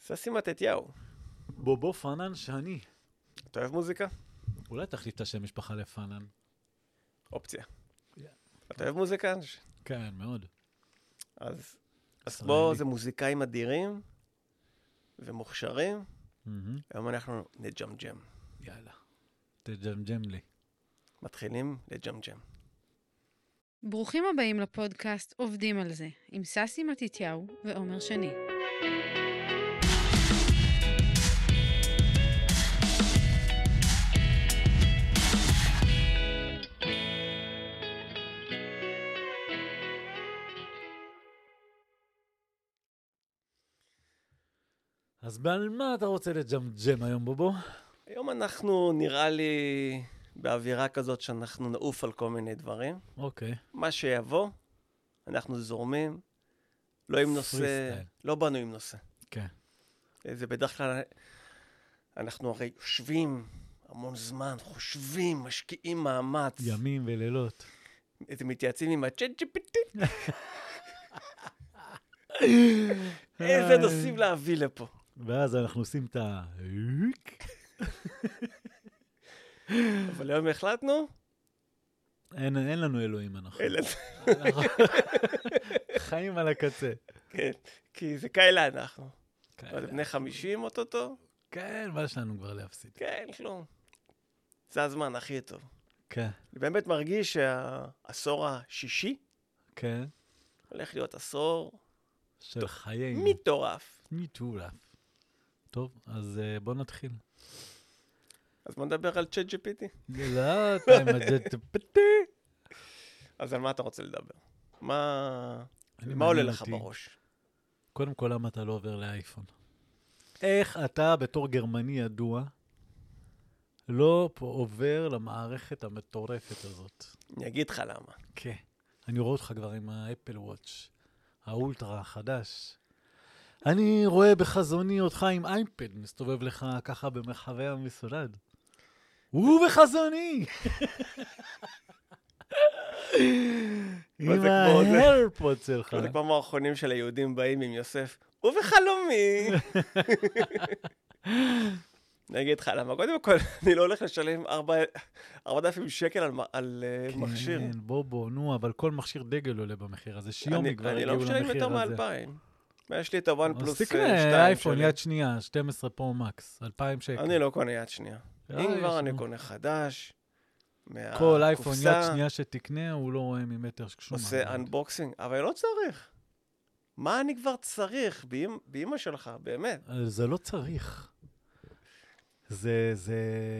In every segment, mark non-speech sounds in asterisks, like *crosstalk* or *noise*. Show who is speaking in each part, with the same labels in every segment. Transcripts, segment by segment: Speaker 1: ששי מתתיהו,
Speaker 2: בובו פאנן שאני.
Speaker 1: אתה אוהב מוזיקה?
Speaker 2: אולי תחליף את השם משפחה לפאנן.
Speaker 1: אופציה.
Speaker 2: Yeah.
Speaker 1: אתה אוהב מוזיקה? אנש?
Speaker 2: כן, מאוד.
Speaker 1: אז, אז
Speaker 2: ישראלי.
Speaker 1: פה זה מוזיקאים אדירים ומוכשרים,
Speaker 2: מהמם.
Speaker 1: היום אנחנו נג'מג'ם.
Speaker 2: יאללה. תג'מג'ם לי.
Speaker 1: מתחילים לג'מג'ם.
Speaker 3: ברוכים הבאים לפודקאסט עובדים על זה, עם ססי מתתיהו ועומר שני.
Speaker 2: אז על מה אתה רוצה לג'מג'ם היום, בובו?
Speaker 1: היום אנחנו, נראה לי, באווירה כזאת שאנחנו נעוף על כל מיני דברים.
Speaker 2: אוקיי.
Speaker 1: מה שיבוא, אנחנו זורמים, לא עם נושא,
Speaker 2: Freestyle.
Speaker 1: לא באנו עם נושא. אה,
Speaker 2: כן.
Speaker 1: זה בדרך כלל, אנחנו הרי יושבים המון זמן, חושבים, משקיעים מאמץ.
Speaker 2: ימים ולילות.
Speaker 1: אתם מתייעצים עם הצ'אט GPT,
Speaker 2: אה.
Speaker 1: איזה נושאים להביא לפה.
Speaker 2: ואז אנחנו עושים את ה...
Speaker 1: אבל היום החלטנו,
Speaker 2: אין, אין לנו אלוהים אנחנו.
Speaker 1: אלה-
Speaker 2: *laughs* חיים על הקצה.
Speaker 1: כן, כי זה כאלה אנחנו. אבל
Speaker 2: כאלה.
Speaker 1: בני 50 אוטוטו,
Speaker 2: כן, מה יש לנו כבר להפסיד?
Speaker 1: כן, כלום. זה הזמן הכי טוב.
Speaker 2: כן.
Speaker 1: אני באמת מרגיש שהעשור השישי
Speaker 2: כן.
Speaker 1: הולך להיות עשור
Speaker 2: של חיינו.
Speaker 1: מטורף.
Speaker 2: מטורף. טוב, אז אה, בוא נתחיל.
Speaker 1: אז בוא נדבר על צ'אט GPT.
Speaker 2: לא, אתה עם *laughs* הג'טפטי.
Speaker 1: אז על מה אתה רוצה לדבר? מה
Speaker 2: אני
Speaker 1: מה עולה
Speaker 2: מעניין
Speaker 1: לך
Speaker 2: אותי.
Speaker 1: בראש?
Speaker 2: קודם כל, למה אתה לא עובר לאייפון? איך אתה, בתור גרמני ידוע, לא פה עובר למערכת המטורפת הזאת?
Speaker 1: אני אגיד לך למה.
Speaker 2: כן. אני רואה אותך כבר עם האפל וואץ', האולטרה החדש. אני רואה בחזוני אותך עם אייפד, מסתובב לך ככה במרחבי המשרד. הוא בחזוני!
Speaker 1: *laughs* מה
Speaker 2: עם
Speaker 1: זה כמו זה?
Speaker 2: ההרפוד שלך.
Speaker 1: זה כמו מערכונים של היהודים באים עם יוסף,
Speaker 2: *laughs*
Speaker 1: ובחלומי. אני אגיד לך למה. קודם כל, *laughs* אני לא הולך לשלם ארבע- 4,000 שקל על מ- על אה, מכשיר.
Speaker 2: כן, בובו, נו, אבל כל מכשיר דגל עולה במחיר הזה.
Speaker 1: אני
Speaker 2: שיומי כבר
Speaker 1: אני לא
Speaker 2: הגיעו
Speaker 1: משלם יותר
Speaker 2: למחיר הזה.
Speaker 1: מ-2,000. יש לי את הוואן
Speaker 2: אז
Speaker 1: פלוס אה,
Speaker 2: תקנה
Speaker 1: שתיים
Speaker 2: אייפון
Speaker 1: שלי.
Speaker 2: יד שנייה, 12 פרו מקס, 2,000 שקל.
Speaker 1: אני לא קונה יד שנייה.
Speaker 2: אה,
Speaker 1: אם כבר,
Speaker 2: יש,
Speaker 1: אני
Speaker 2: נו.
Speaker 1: קונה אה, חדש.
Speaker 2: כל אייפון
Speaker 1: מהקופסה,
Speaker 2: יד שנייה שתקנה, הוא לא רואה ממטר שום
Speaker 1: עושה אנבוקסינג, אבל לא צריך. מה אני כבר צריך? באמ- באמא שלך, באמת.
Speaker 2: זה לא צריך. זה, זה...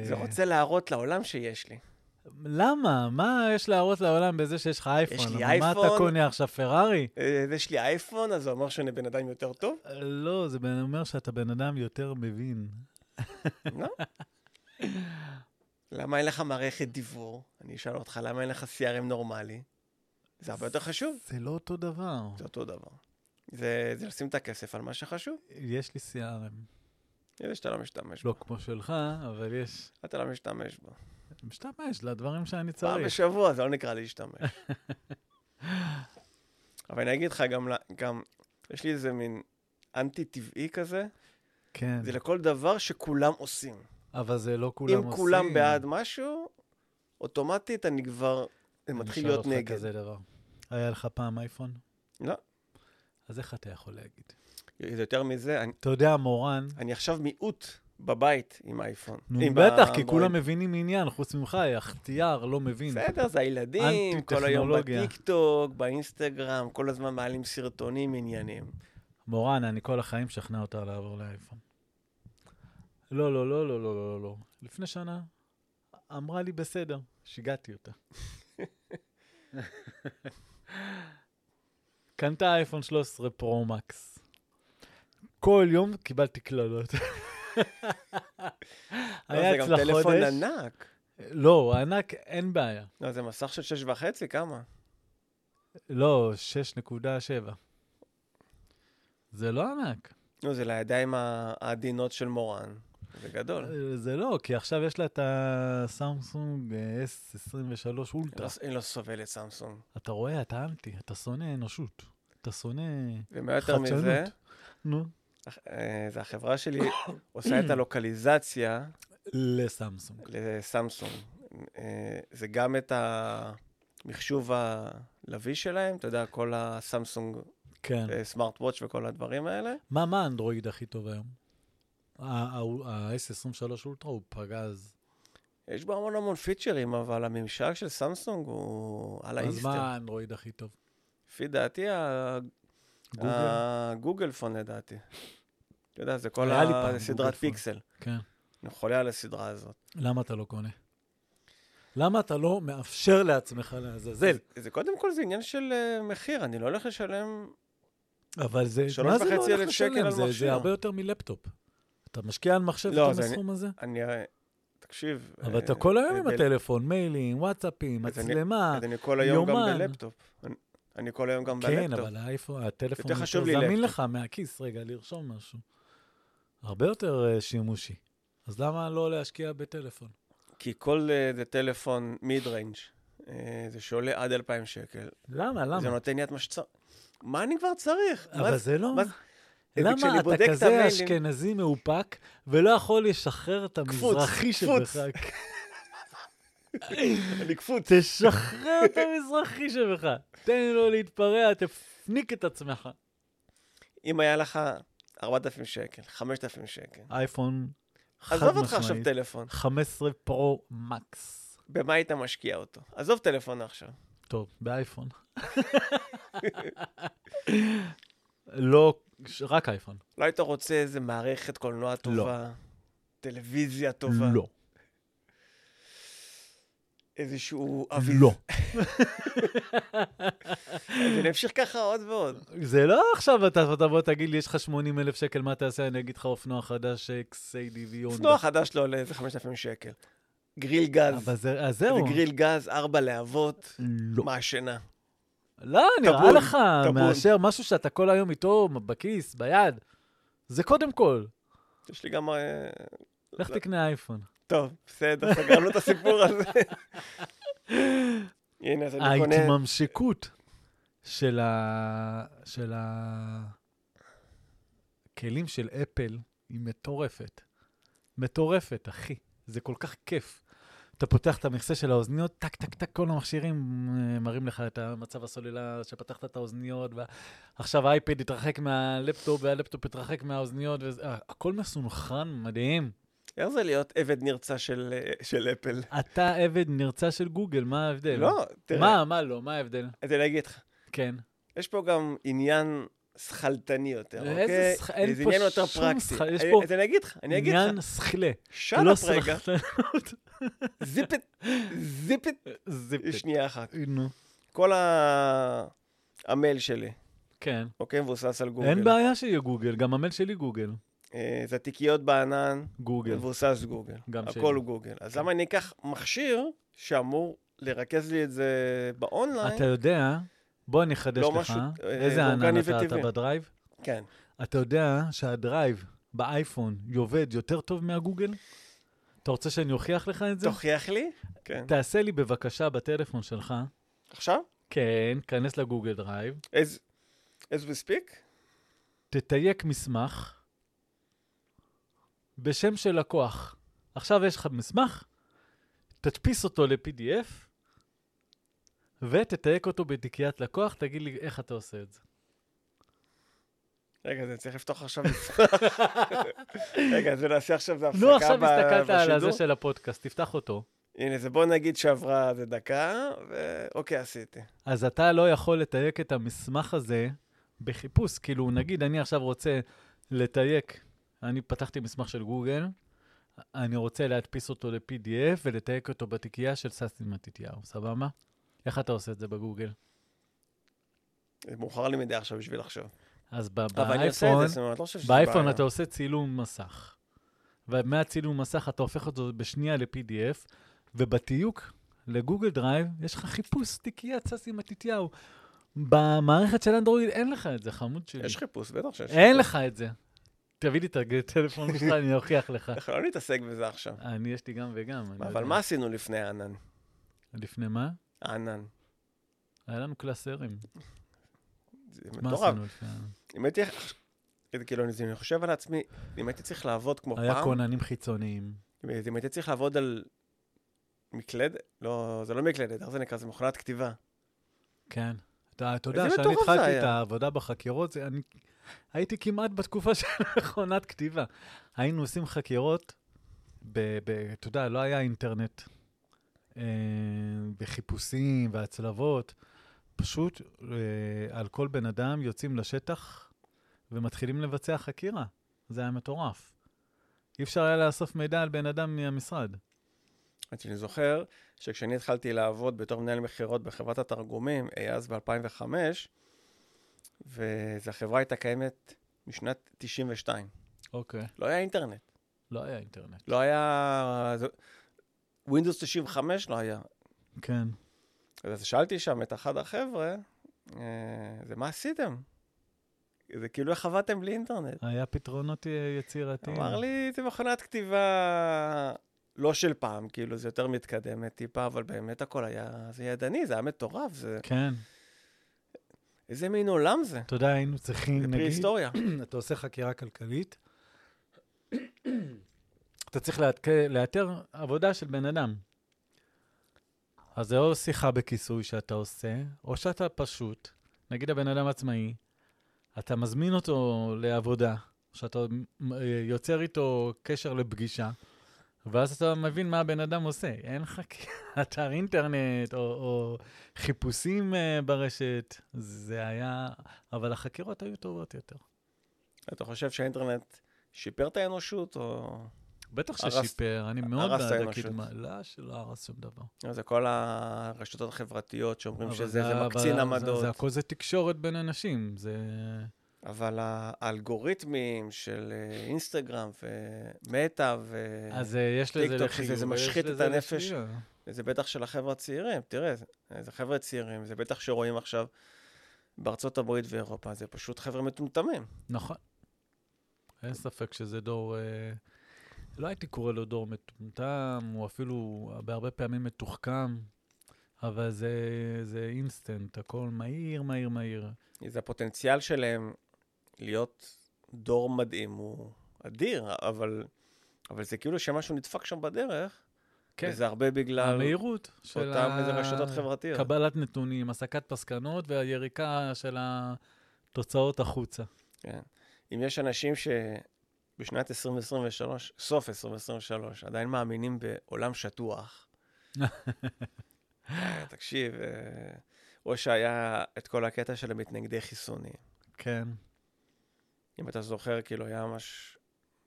Speaker 1: זה לא
Speaker 2: אה.
Speaker 1: רוצה להראות לעולם שיש לי.
Speaker 2: למה? מה יש להראות לעולם בזה שיש לך אייפון?
Speaker 1: לי
Speaker 2: אבל מה
Speaker 1: אייפון.
Speaker 2: אתה קונה עכשיו, פרארי?
Speaker 1: אה, יש לי אייפון, אז זה אומר שאני בן אדם יותר טוב?
Speaker 2: לא, זה בן- אומר שאתה בן אדם יותר מבין.
Speaker 1: לא. למה אין לך מערכת דיוור? אני אשאל אותך, למה אין לך CRM נורמלי? זה הרבה יותר חשוב.
Speaker 2: זה לא אותו דבר.
Speaker 1: זה אותו דבר. זה, זה לשים את הכסף על מה שחשוב.
Speaker 2: יש לי CRM.
Speaker 1: זה שאתה לא משתמש בו.
Speaker 2: לא כמו שלך, אבל יש...
Speaker 1: אתה לא משתמש בו.
Speaker 2: משתמש לדברים
Speaker 1: פעם
Speaker 2: שאני צריך.
Speaker 1: בשבוע, זה לא נקרא להשתמש. *laughs* אבל אני אגיד לך גם, ל- גם, יש לי איזה מין אנטי טבעי כזה,
Speaker 2: כן,
Speaker 1: זה לכל דבר שכולם עושים.
Speaker 2: אבל זה לא כולם
Speaker 1: אם
Speaker 2: עושים.
Speaker 1: כולם בעד משהו, אוטומטית אני כבר
Speaker 2: אני
Speaker 1: מתחיל
Speaker 2: אשאל
Speaker 1: להיות
Speaker 2: אותך
Speaker 1: נגד.
Speaker 2: כזה דבר. היה לך פעם אייפון?
Speaker 1: לא.
Speaker 2: אז איך אתה יכול להגיד?
Speaker 1: זה יותר מזה, אני,
Speaker 2: אתה יודע, מורן,
Speaker 1: אני עכשיו מיעוט בבית עם אייפון.
Speaker 2: נו
Speaker 1: עם
Speaker 2: בטח, כי
Speaker 1: האנדרואיד.
Speaker 2: כולם מבינים עניין, חוץ ממך, יא אכתייר, לא מבין.
Speaker 1: בסדר, זה הילדים, כל היום
Speaker 2: אנטי-טכנולוגיה.
Speaker 1: בטיקטוק, באינסטגרם, כל הזמן מעלים סרטונים, עניינים.
Speaker 2: מורן, אני כל החיים משכנע אותה לעבור לאייפון. לא, לא, לא, לא, לא, לא, לא. לפני שנה, אמרה לי בסדר, שיגעתי
Speaker 1: *laughs*
Speaker 2: אותה. קנתה אייפון 13 פרו-מקס. כל יום קיבלתי
Speaker 1: *laughs*
Speaker 2: קללות.
Speaker 1: לא,
Speaker 2: היה
Speaker 1: זה
Speaker 2: אצלה
Speaker 1: גם טלפון
Speaker 2: חודש.
Speaker 1: ענק.
Speaker 2: לא, ענק, אין בעיה.
Speaker 1: לא, זה מסך של שש וחצי, כמה?
Speaker 2: לא, 6.7. זה לא ענק.
Speaker 1: נו, זה לידיים ה- העדינות של מורן. זה גדול.
Speaker 2: אה, זה לא, כי עכשיו יש לה את הסמסונג אה, S23
Speaker 1: אני
Speaker 2: אולטרה.
Speaker 1: לא- אני לא סובל את סמסונג.
Speaker 2: אתה רואה, אתה אנטי, אתה שונא אנושות. אתה שונא
Speaker 1: ומה יותר מזה,
Speaker 2: חדשנות. נו,
Speaker 1: הח- אה, זה החברה שלי *coughs* עושה את הלוקליזציה
Speaker 2: לסמסונג.
Speaker 1: לסמסונג. אה, זה גם את המחשוב הלוי שלהם, אתה יודע, כל הסמסונג
Speaker 2: כן.
Speaker 1: סמארט וואץ' וכל הדברים האלה.
Speaker 2: מה, מה האנדרואיד הכי טוב היום? ה-S23 אולטרה הוא פגז.
Speaker 1: יש בו המון המון פיצ'רים, אבל הממשק של סמסונג הוא על
Speaker 2: אז
Speaker 1: האיסטר.
Speaker 2: מה האנדרואיד הכי טוב?
Speaker 1: לפי דעתי, ה- אה.
Speaker 2: גוגל?
Speaker 1: הגוגל פון לדעתי. אתה יודע, זה כל
Speaker 2: היה לי פעם
Speaker 1: ה- סדרת
Speaker 2: גוגל פון.
Speaker 1: פיקסל.
Speaker 2: כן.
Speaker 1: אני חולה על הסדרה הזאת.
Speaker 2: למה אתה לא קונה? למה אתה לא מאפשר לעצמך לעזאזל?
Speaker 1: זה קודם כל, זה עניין של אה, מחיר, אני לא הולך לשלם...
Speaker 2: אבל זה,
Speaker 1: שלוש
Speaker 2: מה זה לא
Speaker 1: וחצי
Speaker 2: הולך
Speaker 1: אלף שקל
Speaker 2: לשלם?
Speaker 1: על
Speaker 2: זה,
Speaker 1: מכשיר.
Speaker 2: זה הרבה יותר מלפטופ. אתה משקיע על מחשב
Speaker 1: לא,
Speaker 2: לא, את
Speaker 1: זה אני-
Speaker 2: הסכום הזה?
Speaker 1: אני... אה, תקשיב.
Speaker 2: אבל
Speaker 1: אה,
Speaker 2: אתה כל היום
Speaker 1: אה,
Speaker 2: עם
Speaker 1: בל-
Speaker 2: הטלפון, מיילים, וואטסאפים,
Speaker 1: אז אני-
Speaker 2: מצלמה.
Speaker 1: אז אני כל היום גם
Speaker 2: יומן.
Speaker 1: בלפטופ. אני- אני כל היום גם
Speaker 2: כן,
Speaker 1: בלפטופ.
Speaker 2: אבל האייפון, הטלפון
Speaker 1: יותר חשוב לי
Speaker 2: זמין
Speaker 1: לפטופ.
Speaker 2: לך מהכיס, רגע, לרשום משהו. הרבה יותר אה, שימושי. אז למה לא להשקיע בטלפון?
Speaker 1: כי כל אה, זה טלפון מיד ריינג', זה שעולה עד 2,000 שקל.
Speaker 2: למה,
Speaker 1: זה
Speaker 2: למה?
Speaker 1: נותן לי את מה שצריך. מה אני כבר צריך? מה
Speaker 2: אבל
Speaker 1: זה-
Speaker 2: זה לא...
Speaker 1: מה זה- וכשאני
Speaker 2: למה
Speaker 1: בודק
Speaker 2: אתה
Speaker 1: את
Speaker 2: כזה
Speaker 1: המיילים-
Speaker 2: אשכנזי מאופק ולא יכול לשחרר את
Speaker 1: קפוץ,
Speaker 2: המזרחי
Speaker 1: קפוץ.
Speaker 2: שבך?
Speaker 1: אני קפוץ.
Speaker 2: תשחרר את המזרחי שבך. תן לו להתפרע, תפניק את עצמך.
Speaker 1: אם היה לך 4,000 שקל, 5,000 שקל,
Speaker 2: אייפון חד
Speaker 1: עזוב אותך עכשיו
Speaker 2: משמעית.
Speaker 1: טלפון,
Speaker 2: 15 פרו מקס.
Speaker 1: במה היית משקיע אותו? עזוב טלפון עכשיו.
Speaker 2: טוב, באייפון. לא, ש- רק אייפון.
Speaker 1: לא היית רוצה איזה מערכת קולנוע טובה, טלוויזיה טובה,
Speaker 2: לא.
Speaker 1: איזשהו אביב.
Speaker 2: לא.
Speaker 1: אז אני אמשיך ככה עוד ועוד.
Speaker 2: זה לא עכשיו אתה אתה בוא תגיד לי, יש לך 80 אלף שקל, מה תעשה? אני אגיד לך אופנוע חדש, XADV.
Speaker 1: אופנוע חדש לא עולה איזה 5,000 שקל. גריל גז.
Speaker 2: אבל זה, אז
Speaker 1: זה
Speaker 2: זהו.
Speaker 1: גריל גז, ארבע להבות,
Speaker 2: לא.
Speaker 1: מעשנה.
Speaker 2: לא, נראה
Speaker 1: טבון,
Speaker 2: לך,
Speaker 1: טבון.
Speaker 2: מאשר משהו שאתה כל היום איתו, בכיס, ביד. זה קודם כל.
Speaker 1: יש לי גם... אה,
Speaker 2: לך
Speaker 1: לא.
Speaker 2: תקנה אייפון.
Speaker 1: טוב, בסדר, סגרנו את הסיפור הזה.
Speaker 2: *laughs*
Speaker 1: הנה, אז אני קונה...
Speaker 2: ההתממשקות של ה... של ה... כלים של אפל היא מטורפת. מטורפת, אחי. זה כל כך כיף. אתה פותח את המכסה של האוזניות, טק, טק, טק, כל המכשירים אה, מראים לך את המצב הסוללה שפתחת את האוזניות, ועכשיו האייפד התרחק מהלפטופ, והלפטופ התרחק מהאוזניות, וזה... אה, הכל מסונכרן, מדהים.
Speaker 1: איך זה להיות עבד נרצע של אה, של אפל?
Speaker 2: אתה עבד נרצע של גוגל, מה ההבדל?
Speaker 1: לא, תראה,
Speaker 2: כן. מה, מה לא, מה ההבדל?
Speaker 1: אני אגיד לך,
Speaker 2: כן.
Speaker 1: יש פה גם עניין שכלתני יותר,
Speaker 2: איזה
Speaker 1: אוקיי?
Speaker 2: שכ- אין
Speaker 1: זה
Speaker 2: פה
Speaker 1: עניין יותר
Speaker 2: שום
Speaker 1: פרקטי.
Speaker 2: שכ- יש
Speaker 1: אני-
Speaker 2: פה
Speaker 1: אז אני אגיד לך, אני אגיד לך,
Speaker 2: עניין שכלה.
Speaker 1: שאלה
Speaker 2: לא
Speaker 1: רגע,
Speaker 2: *laughs* סלחנות.
Speaker 1: זיפ את, זיפ את,
Speaker 2: זיפט.
Speaker 1: שנייה אחת.
Speaker 2: נו,
Speaker 1: כל ה- המייל שלי,
Speaker 2: כן.
Speaker 1: אוקיי, מבוסס על גוגל.
Speaker 2: אין בעיה שיהיה גוגל, גם המייל שלי גוגל.
Speaker 1: אה, זה תיקיות בענן,
Speaker 2: גוגל.
Speaker 1: מבוסס גוגל.
Speaker 2: גם שלי. כן.
Speaker 1: הכל הוא גוגל. אז למה אני אקח מכשיר שאמור לרכז לי את זה באונליין?
Speaker 2: אתה יודע, בוא אני אחדש
Speaker 1: לא
Speaker 2: לך,
Speaker 1: משהו, אה,
Speaker 2: איזה ענן
Speaker 1: אורגני
Speaker 2: אתה, אתה
Speaker 1: וטבעי.
Speaker 2: בדרייב?
Speaker 1: כן.
Speaker 2: אתה יודע שהדרייב באייפון עובד יותר טוב מהגוגל? אתה רוצה שאני אוכיח לך את זה?
Speaker 1: תוכיח לי. כן.
Speaker 2: תעשה לי בבקשה בטלפון שלך,
Speaker 1: עכשיו?
Speaker 2: כן, כנס לגוגל דרייב,
Speaker 1: as as we speak?
Speaker 2: תתייק מסמך בשם של לקוח. עכשיו יש לך מסמך, תדפיס אותו ל-PDF ותתייק אותו בתיקיית לקוח, תגיד לי איך אתה עושה את זה.
Speaker 1: רגע, אז אני צריך לפתוח עכשיו
Speaker 2: *laughs*
Speaker 1: מסמך. רגע, אז נעשה עכשיו זה הפסקה
Speaker 2: נו, לא, עכשיו
Speaker 1: ב-
Speaker 2: הסתכלת על הזה
Speaker 1: בשידור?
Speaker 2: של הפודקאסט, תפתח אותו.
Speaker 1: הנה, זה בוא נגיד שעברה איזה דקה, ואוקיי, עשיתי.
Speaker 2: אז אתה לא יכול לתייק את המסמך הזה בחיפוש. כאילו, נגיד, אני עכשיו רוצה לתייק, אני פתחתי מסמך של גוגל, אני רוצה להדפיס אותו ל-PDF ולתייק אותו בתיקייה של ססי מתתיהו, סבבה? איך אתה עושה את זה בגוגל?
Speaker 1: זה מאוחר לי מדי עכשיו בשביל לחשוב.
Speaker 2: אז ב-
Speaker 1: אבל אני עושה את
Speaker 2: באייפון,
Speaker 1: זה, זאת אומרת, לא חושב שזה בעיה.
Speaker 2: באייפון אתה עושה צילום מסך. ומהצילום מסך אתה הופך אותו בשנייה ל-PDF, ובתיוק לגוגל דרייב יש לך חיפוש תיקיית ססי מתתיהו. במערכת של אנדרואיד אין לך את זה, חמוד שלי.
Speaker 1: יש חיפוש, בטח שיש.
Speaker 2: אין לך את זה. תביא לי את הטלפון שלך, אני אוכיח לך.
Speaker 1: אנחנו לא נתעסק בזה עכשיו.
Speaker 2: אני, יש לי גם וגם. אני לא
Speaker 1: אבל
Speaker 2: יודע.
Speaker 1: מה עשינו לפני הענן?
Speaker 2: לפני מה?
Speaker 1: הענן.
Speaker 2: היה לנו קלסרים.
Speaker 1: זה
Speaker 2: מה
Speaker 1: מטורף.
Speaker 2: עשינו לפני?
Speaker 1: אם הייתי... כאילו, אני אני חושב על עצמי, אם הייתי צריך לעבוד כמו פעם...
Speaker 2: היה כוננים חיצוניים.
Speaker 1: אם הייתי צריך לעבוד על מקלדת, לא, זה לא מקלדת, איך זה נקרא? זה מכונת כתיבה.
Speaker 2: כן. אתה אתה יודע
Speaker 1: איזה
Speaker 2: שאני
Speaker 1: מטורף זה
Speaker 2: התחלתי
Speaker 1: היה.
Speaker 2: את העבודה בחקירות, זה- אני הייתי כמעט בתקופה *laughs* של מכונת כתיבה. היינו עושים חקירות, ב- ב- אתה יודע, לא היה אינטרנט. אה, וחיפושים והצלבות. פשוט אה, על כל בן אדם יוצאים לשטח ומתחילים לבצע חקירה. זה היה מטורף. אי אפשר היה לאסוף מידע על בן אדם מהמשרד.
Speaker 1: עד שאני זוכר שכשאני התחלתי לעבוד בתור מנהל מכירות בחברת התרגומים, אי אז ב-2005, והחברה הייתה קיימת משנת 92.
Speaker 2: אוקיי.
Speaker 1: לא היה אינטרנט,
Speaker 2: לא היה אינטרנט.
Speaker 1: לא היה... זה- Windows 95 לא היה.
Speaker 2: כן.
Speaker 1: אז שאלתי שם את אחד החבר'ה, אה, זה מה עשיתם? זה כאילו איך עבדתם בלי אינטרנט.
Speaker 2: היה פתרונות אה, יצירתיים.
Speaker 1: אמר לי, זה מכונת כתיבה לא של פעם, כאילו, זה יותר מתקדמת טיפה, אבל באמת הכל היה, זה ידני, זה היה מטורף, זה...
Speaker 2: כן.
Speaker 1: איזה מין עולם זה?
Speaker 2: אתה יודע, היינו
Speaker 1: זה
Speaker 2: צריכים, נגיד,
Speaker 1: פרה-היסטוריה.
Speaker 2: *clears throat* אתה עושה חקירה כלכלית, אתה צריך לאתק- לאתר עבודה של בן אדם. אז זה או שיחה בכיסוי שאתה עושה, או שאתה פשוט, נגיד הבן אדם עצמאי, אתה מזמין אותו לעבודה, שאתה מ- אה, יוצר איתו קשר לפגישה, ואז אתה מבין מה הבן אדם עושה. אין לך כ- *laughs* אתר אינטרנט או, או חיפושים אה, ברשת, זה היה... אבל החקירות היו טובות יותר.
Speaker 1: אתה חושב שהאינטרנט שיפר את האנושות, או...
Speaker 2: בטח
Speaker 1: הרס-
Speaker 2: ששיפר, אני מאוד
Speaker 1: הרס את
Speaker 2: בעד
Speaker 1: האנושות.
Speaker 2: הקדמה. לא, שלא הרס שום דבר.
Speaker 1: זה כל הרשתות החברתיות שאומרים
Speaker 2: אבל
Speaker 1: שזה זה
Speaker 2: אבל
Speaker 1: מקצין
Speaker 2: זה-
Speaker 1: עמדות,
Speaker 2: זה הכל זה תקשורת בין אנשים, זה...
Speaker 1: אבל האלגוריתמים של אה, אינסטגרם ומטא, ו...
Speaker 2: אז אה, יש לזה
Speaker 1: טיקטוק,
Speaker 2: לחיוב,
Speaker 1: זה- זה
Speaker 2: ויש
Speaker 1: משחית את
Speaker 2: לזה
Speaker 1: הנפש.
Speaker 2: לשלילה.
Speaker 1: זה בטח של החבר'ה הצעירים, תראה, זה- זה חבר'ה צעירים, זה בטח שרואים עכשיו בארצות הברית ואירופה, זה פשוט חבר'ה מטומטמים.
Speaker 2: נכון. אין ספק שזה דור... אה, לא הייתי קורא לו דור מטומטם, הוא אפילו בהרבה פעמים מתוחכם, אבל זה, זה אינסטנט, הכל מהיר, מהיר, מהיר.
Speaker 1: אז הפוטנציאל שלהם להיות דור מדהים הוא אדיר, אבל, אבל זה כאילו שמשהו נדפק שם בדרך, כן. וזה הרבה בגלל
Speaker 2: המהירות של
Speaker 1: אותם איזה רשתות חברתיות.
Speaker 2: קבלת נתונים, הסקת מסקנות והיריקה של התוצאות החוצה.
Speaker 1: כן. אם יש אנשים שבשנת 2023, סוף 2023, עדיין מאמינים בעולם
Speaker 2: *laughs*
Speaker 1: שטוח, אה, תקשיב, אה, או שהיה את כל הקטע של המתנגדי חיסונים.
Speaker 2: כן.
Speaker 1: אם אתה זוכר, כאילו היה ממש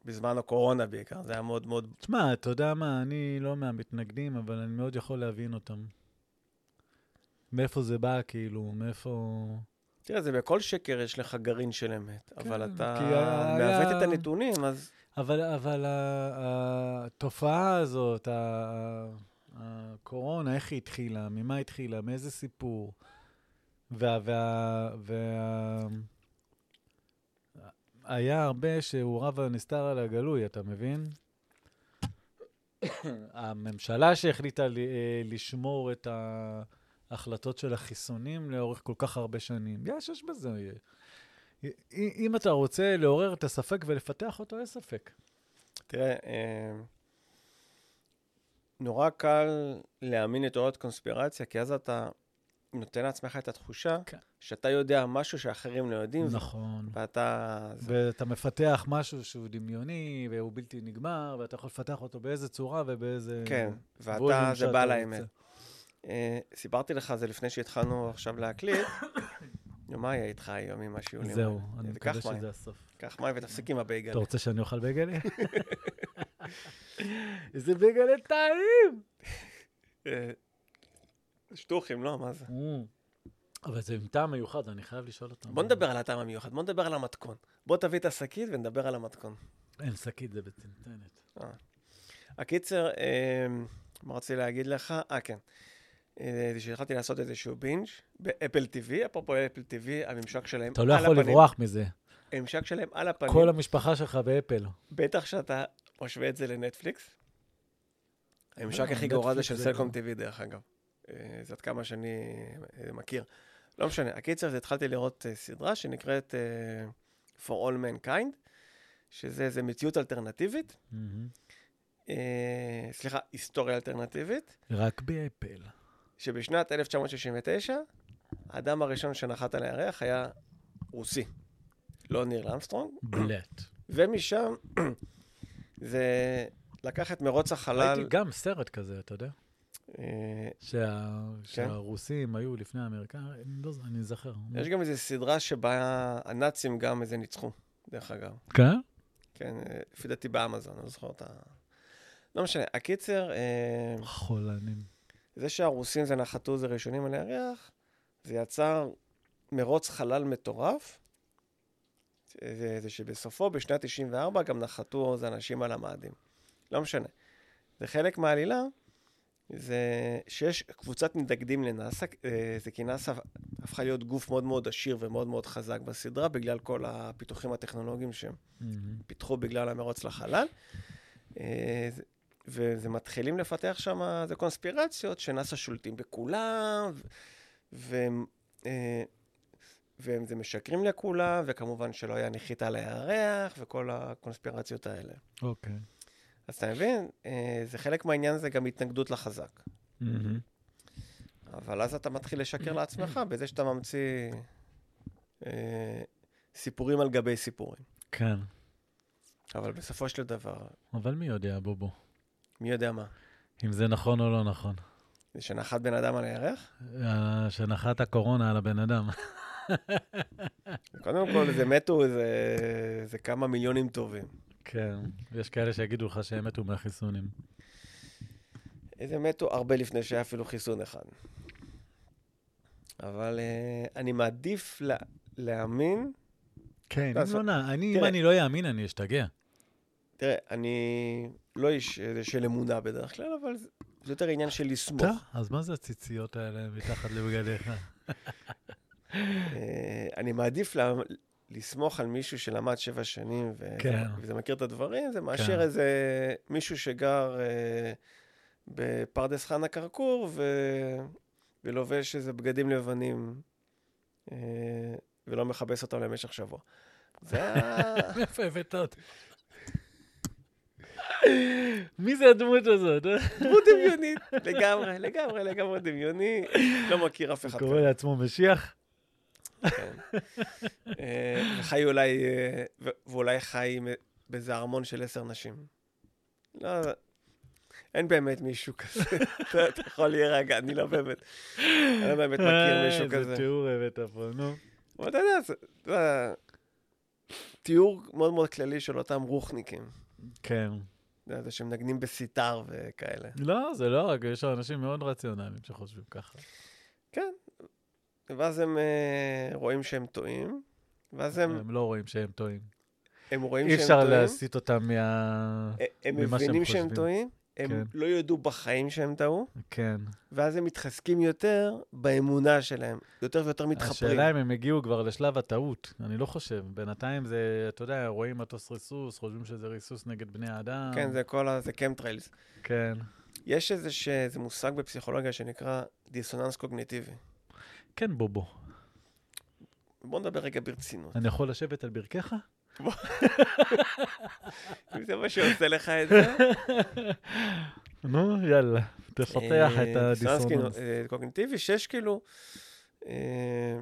Speaker 1: בזמן הקורונה בעיקר, זה היה מאוד מאוד...
Speaker 2: תשמע, אתה יודע מה, אני לא מהמתנגדים, אבל אני מאוד יכול להבין אותם. מאיפה זה בא, כאילו, מאיפה...
Speaker 1: תראה, זה בכל שקר יש לך גרעין של אמת, אבל
Speaker 2: כן,
Speaker 1: אתה
Speaker 2: כי היה-
Speaker 1: מעוות
Speaker 2: היה-
Speaker 1: את הנתונים, אז
Speaker 2: אבל, אבל ה- התופעה הזאת, ה- הקורונה, איך היא התחילה? ממה התחילה? מאיזה סיפור? וה... וה, וה היה הרבה שהוא רב הנסתר על הגלוי, אתה מבין? הממשלה שהחליטה ל- אה, לשמור את ההחלטות של החיסונים לאורך כל כך הרבה שנים, יש, יש בזה. אה, אם אם אתה רוצה לעורר את הספק ולפתח אותו, יש ספק.
Speaker 1: תראה, אה, נורא קל להאמין לתיאוריות קונספירציה, כי אז אתה נותן לעצמך את התחושה
Speaker 2: כן.
Speaker 1: שאתה יודע משהו שאחרים לא יודעים,
Speaker 2: נכון.
Speaker 1: ואתה... זה-
Speaker 2: ואתה מפתח משהו שהוא דמיוני והוא בלתי נגמר, ואתה יכול לפתח אותו באיזה צורה ובאיזה...
Speaker 1: כן,
Speaker 2: ווליום
Speaker 1: ואתה, זה
Speaker 2: שאתה
Speaker 1: בעל
Speaker 2: רוצה.
Speaker 1: האמת. אה, סיפרתי לך זה לפני שהתחלנו עכשיו להקליט. *coughs* נו, מה יהיה איתך היום עם השיעולים?
Speaker 2: זהו,
Speaker 1: האלה?
Speaker 2: אני
Speaker 1: תיקח
Speaker 2: מקווה
Speaker 1: מים,
Speaker 2: שזה הסוף.
Speaker 1: קח מים ותפסיק עם הבייגל.
Speaker 2: אתה רוצה שאני אוכל
Speaker 1: *laughs*
Speaker 2: בייגלה? איזה בייגלה טעים!
Speaker 1: אה, שטוחים, לא? מה זה?
Speaker 2: אבל זה עם טעם מיוחד, אני חייב לשאול אותם.
Speaker 1: בוא נדבר על הטעם המיוחד, בוא נדבר על המתכון. בוא תביא את השקית ונדבר על המתכון.
Speaker 2: אין שקית, זה בצנצנת.
Speaker 1: הקיצר, אה, מה רציתי להגיד לך? אה, כן. אה, זה שהתחלתי לעשות איזשהו בינג' באפל TV, אפרופו אפל TV, הממשק שלהם
Speaker 2: אתה לא
Speaker 1: על
Speaker 2: יכול
Speaker 1: הפנים.
Speaker 2: לברוח מזה.
Speaker 1: הממשק שלהם על הפנים.
Speaker 2: כל המשפחה שלך באפל.
Speaker 1: בטח שאתה משווה את זה לנטפליקס. הממשק
Speaker 2: לא,
Speaker 1: הכי גרוע זה
Speaker 2: נטפליקס
Speaker 1: של
Speaker 2: זה
Speaker 1: סלקום
Speaker 2: גם.
Speaker 1: TV, דרך אגב. אה, זה עד כמה שאני אה, מכיר. לא משנה. הקיצר, אז התחלתי לראות אה, סדרה שנקראת for all mankind, שזה איזה מציאות אלטרנטיבית,
Speaker 2: מהמם.
Speaker 1: אה, סליחה, היסטוריה אלטרנטיבית,
Speaker 2: רק
Speaker 1: *coughs*
Speaker 2: באפל.
Speaker 1: שבשנת 1969, האדם הראשון שנחת על הירח היה רוסי, לא ניל אמסטרונג,
Speaker 2: בלט.
Speaker 1: ומשם *clears throat* זה לקח את מרוץ החלל,
Speaker 2: ראיתי גם סרט כזה, אתה יודע?
Speaker 1: אה,
Speaker 2: שה... שהרוסים היו לפני האמריקאים, לא, זה- אני זוכר.
Speaker 1: יש גם איזו סדרה שבה הנאצים גם איזה ניצחו, דרך אגב.
Speaker 2: כן?
Speaker 1: כן, אה, לפי דעתי באמזון, אני לא זוכר את ה... לא משנה. הקיצר, אה,
Speaker 2: חולנים.
Speaker 1: זה שהרוסים זה נחתו זה ראשונים על הירח, זה יצר מרוץ חלל מטורף, זה, זה שבסופו, בשנת 94, גם נחתו עוד אנשים על המאדים. לא משנה. זה חלק מהעלילה, זה שיש קבוצת מתנגדים לנאסא, אה, זה כי נאסא הפכה להיות גוף מאוד מאוד עשיר ומאוד מאוד חזק בסדרה, בגלל כל הפיתוחים הטכנולוגיים שהם
Speaker 2: מהמם.
Speaker 1: פיתחו בגלל המרוץ לחלל. אה, זה- וזה מתחילים לפתח שם, זה קונספירציות, שנאסא שולטים בכולם, ו- והם, אה, והם זה משקרים לכולם, וכמובן שלא היה נחיתה על הירח, וכל הקונספירציות האלה.
Speaker 2: אוקיי.
Speaker 1: אז אתה מבין, אה, זה חלק מהעניין זה גם התנגדות לחזק.
Speaker 2: מהמם.
Speaker 1: אבל אז אתה מתחיל לשקר לעצמך בזה שאתה ממציא אה, סיפורים על גבי סיפורים.
Speaker 2: כן.
Speaker 1: אבל בסופו של דבר,
Speaker 2: אבל מי יודע, בובו,
Speaker 1: מי יודע מה.
Speaker 2: אם זה נכון או לא נכון.
Speaker 1: זה שנחת בן אדם על הירח?
Speaker 2: אה, שנחת הקורונה על הבן אדם.
Speaker 1: קודם כל, זה מתו איזה, איזה כמה מיליונים טובים.
Speaker 2: כן. יש כאלה שיגידו לך שהם מתו מהחיסונים.
Speaker 1: איזה מתו הרבה לפני שהיה אפילו חיסון אחד. אבל אה, אני מעדיף לה, להאמין.
Speaker 2: כן,
Speaker 1: לא, זה-
Speaker 2: אם לא נע, אני, אם
Speaker 1: תראה.
Speaker 2: אני לא אאמין, אני אשתגע.
Speaker 1: תראה, אני לא איש אה, של אמונה בדרך כלל, אבל זה, זה יותר עניין של לסמוך.
Speaker 2: טוב, אז מה זה הציציות האלה מתחת לבגדיך? *laughs*
Speaker 1: אה, אני מעדיף לה, לסמוך על מישהו שלמד שבע שנים ו-
Speaker 2: כן.
Speaker 1: וזה מכיר את הדברים, זה מאשר
Speaker 2: כן.
Speaker 1: איזה מישהו שגר אה, בפרדס חנה כרכור ו... ולובש איזה בגדים לבנים אה, ולא מכבס אותם למשך שבוע. זה ה...
Speaker 2: *laughs* מאיפה הבאת אותו? מי זה הדמות הזאת? אה?
Speaker 1: דמות דמיונית, לגמרי, לגמרי, לגמרי דמיוני. לא מכיר אף אחד.
Speaker 2: קורא
Speaker 1: כזה,
Speaker 2: לעצמו משיח?
Speaker 1: כן. אה, וחי אולי, אה, ו- ואולי חי עם- באיזה ארמון של עשר נשים. לא, אין באמת מישהו כזה. *laughs* אתה אתה יכול להירגע, אני לא באמת, אני לא באמת מכיר
Speaker 2: אה,
Speaker 1: מישהו
Speaker 2: איזה
Speaker 1: כזה.
Speaker 2: תיאור הבאת פה, נו.
Speaker 1: אבל אתה יודע, זה- זה תיאור מאוד מאוד כללי של אותם רוחניקים.
Speaker 2: כן.
Speaker 1: אתה יודע, זה שמנגנים בסיטר וכאלה.
Speaker 2: לא, זה לא רק, יש אנשים מאוד רציונליים שחושבים ככה.
Speaker 1: ואז הם אה, רואים שהם טועים, ואז הם
Speaker 2: הם לא רואים שהם טועים.
Speaker 1: הם רואים
Speaker 2: אי
Speaker 1: שהם
Speaker 2: אפשר
Speaker 1: טועים. אה,
Speaker 2: להסיט אותם מה...
Speaker 1: הם
Speaker 2: ממה שהם
Speaker 1: מבינים שהם
Speaker 2: חושבים.
Speaker 1: טועים, הם
Speaker 2: כן.
Speaker 1: לא ידעו בחיים שהם טעו,
Speaker 2: כן.
Speaker 1: ואז הם מתחזקים יותר באמונה שלהם, יותר ויותר מתחפרים.
Speaker 2: השאלה אם הם הגיעו כבר לשלב הטעות, אני לא חושב. בינתיים זה, אתה יודע, רואים מטוס ריסוס, חושבים שזה ריסוס נגד בני אדם.
Speaker 1: כן, זה כל ה... זה קמטריילס.
Speaker 2: כן.
Speaker 1: יש איזה ש... זה מושג בפסיכולוגיה שנקרא דיסוננס קוגניטיבי.
Speaker 2: כן, בובו.
Speaker 1: בואו נדבר רגע ברצינות.
Speaker 2: אני יכול לשבת על ברכיך?
Speaker 1: *laughs* אם זה מה שעושה לך את זה.
Speaker 2: נו, יאללה. תפתח
Speaker 1: אה,
Speaker 2: את הדיסוננס.
Speaker 1: כאילו, אה, קוגניטיבי, שיש כאילו... אה,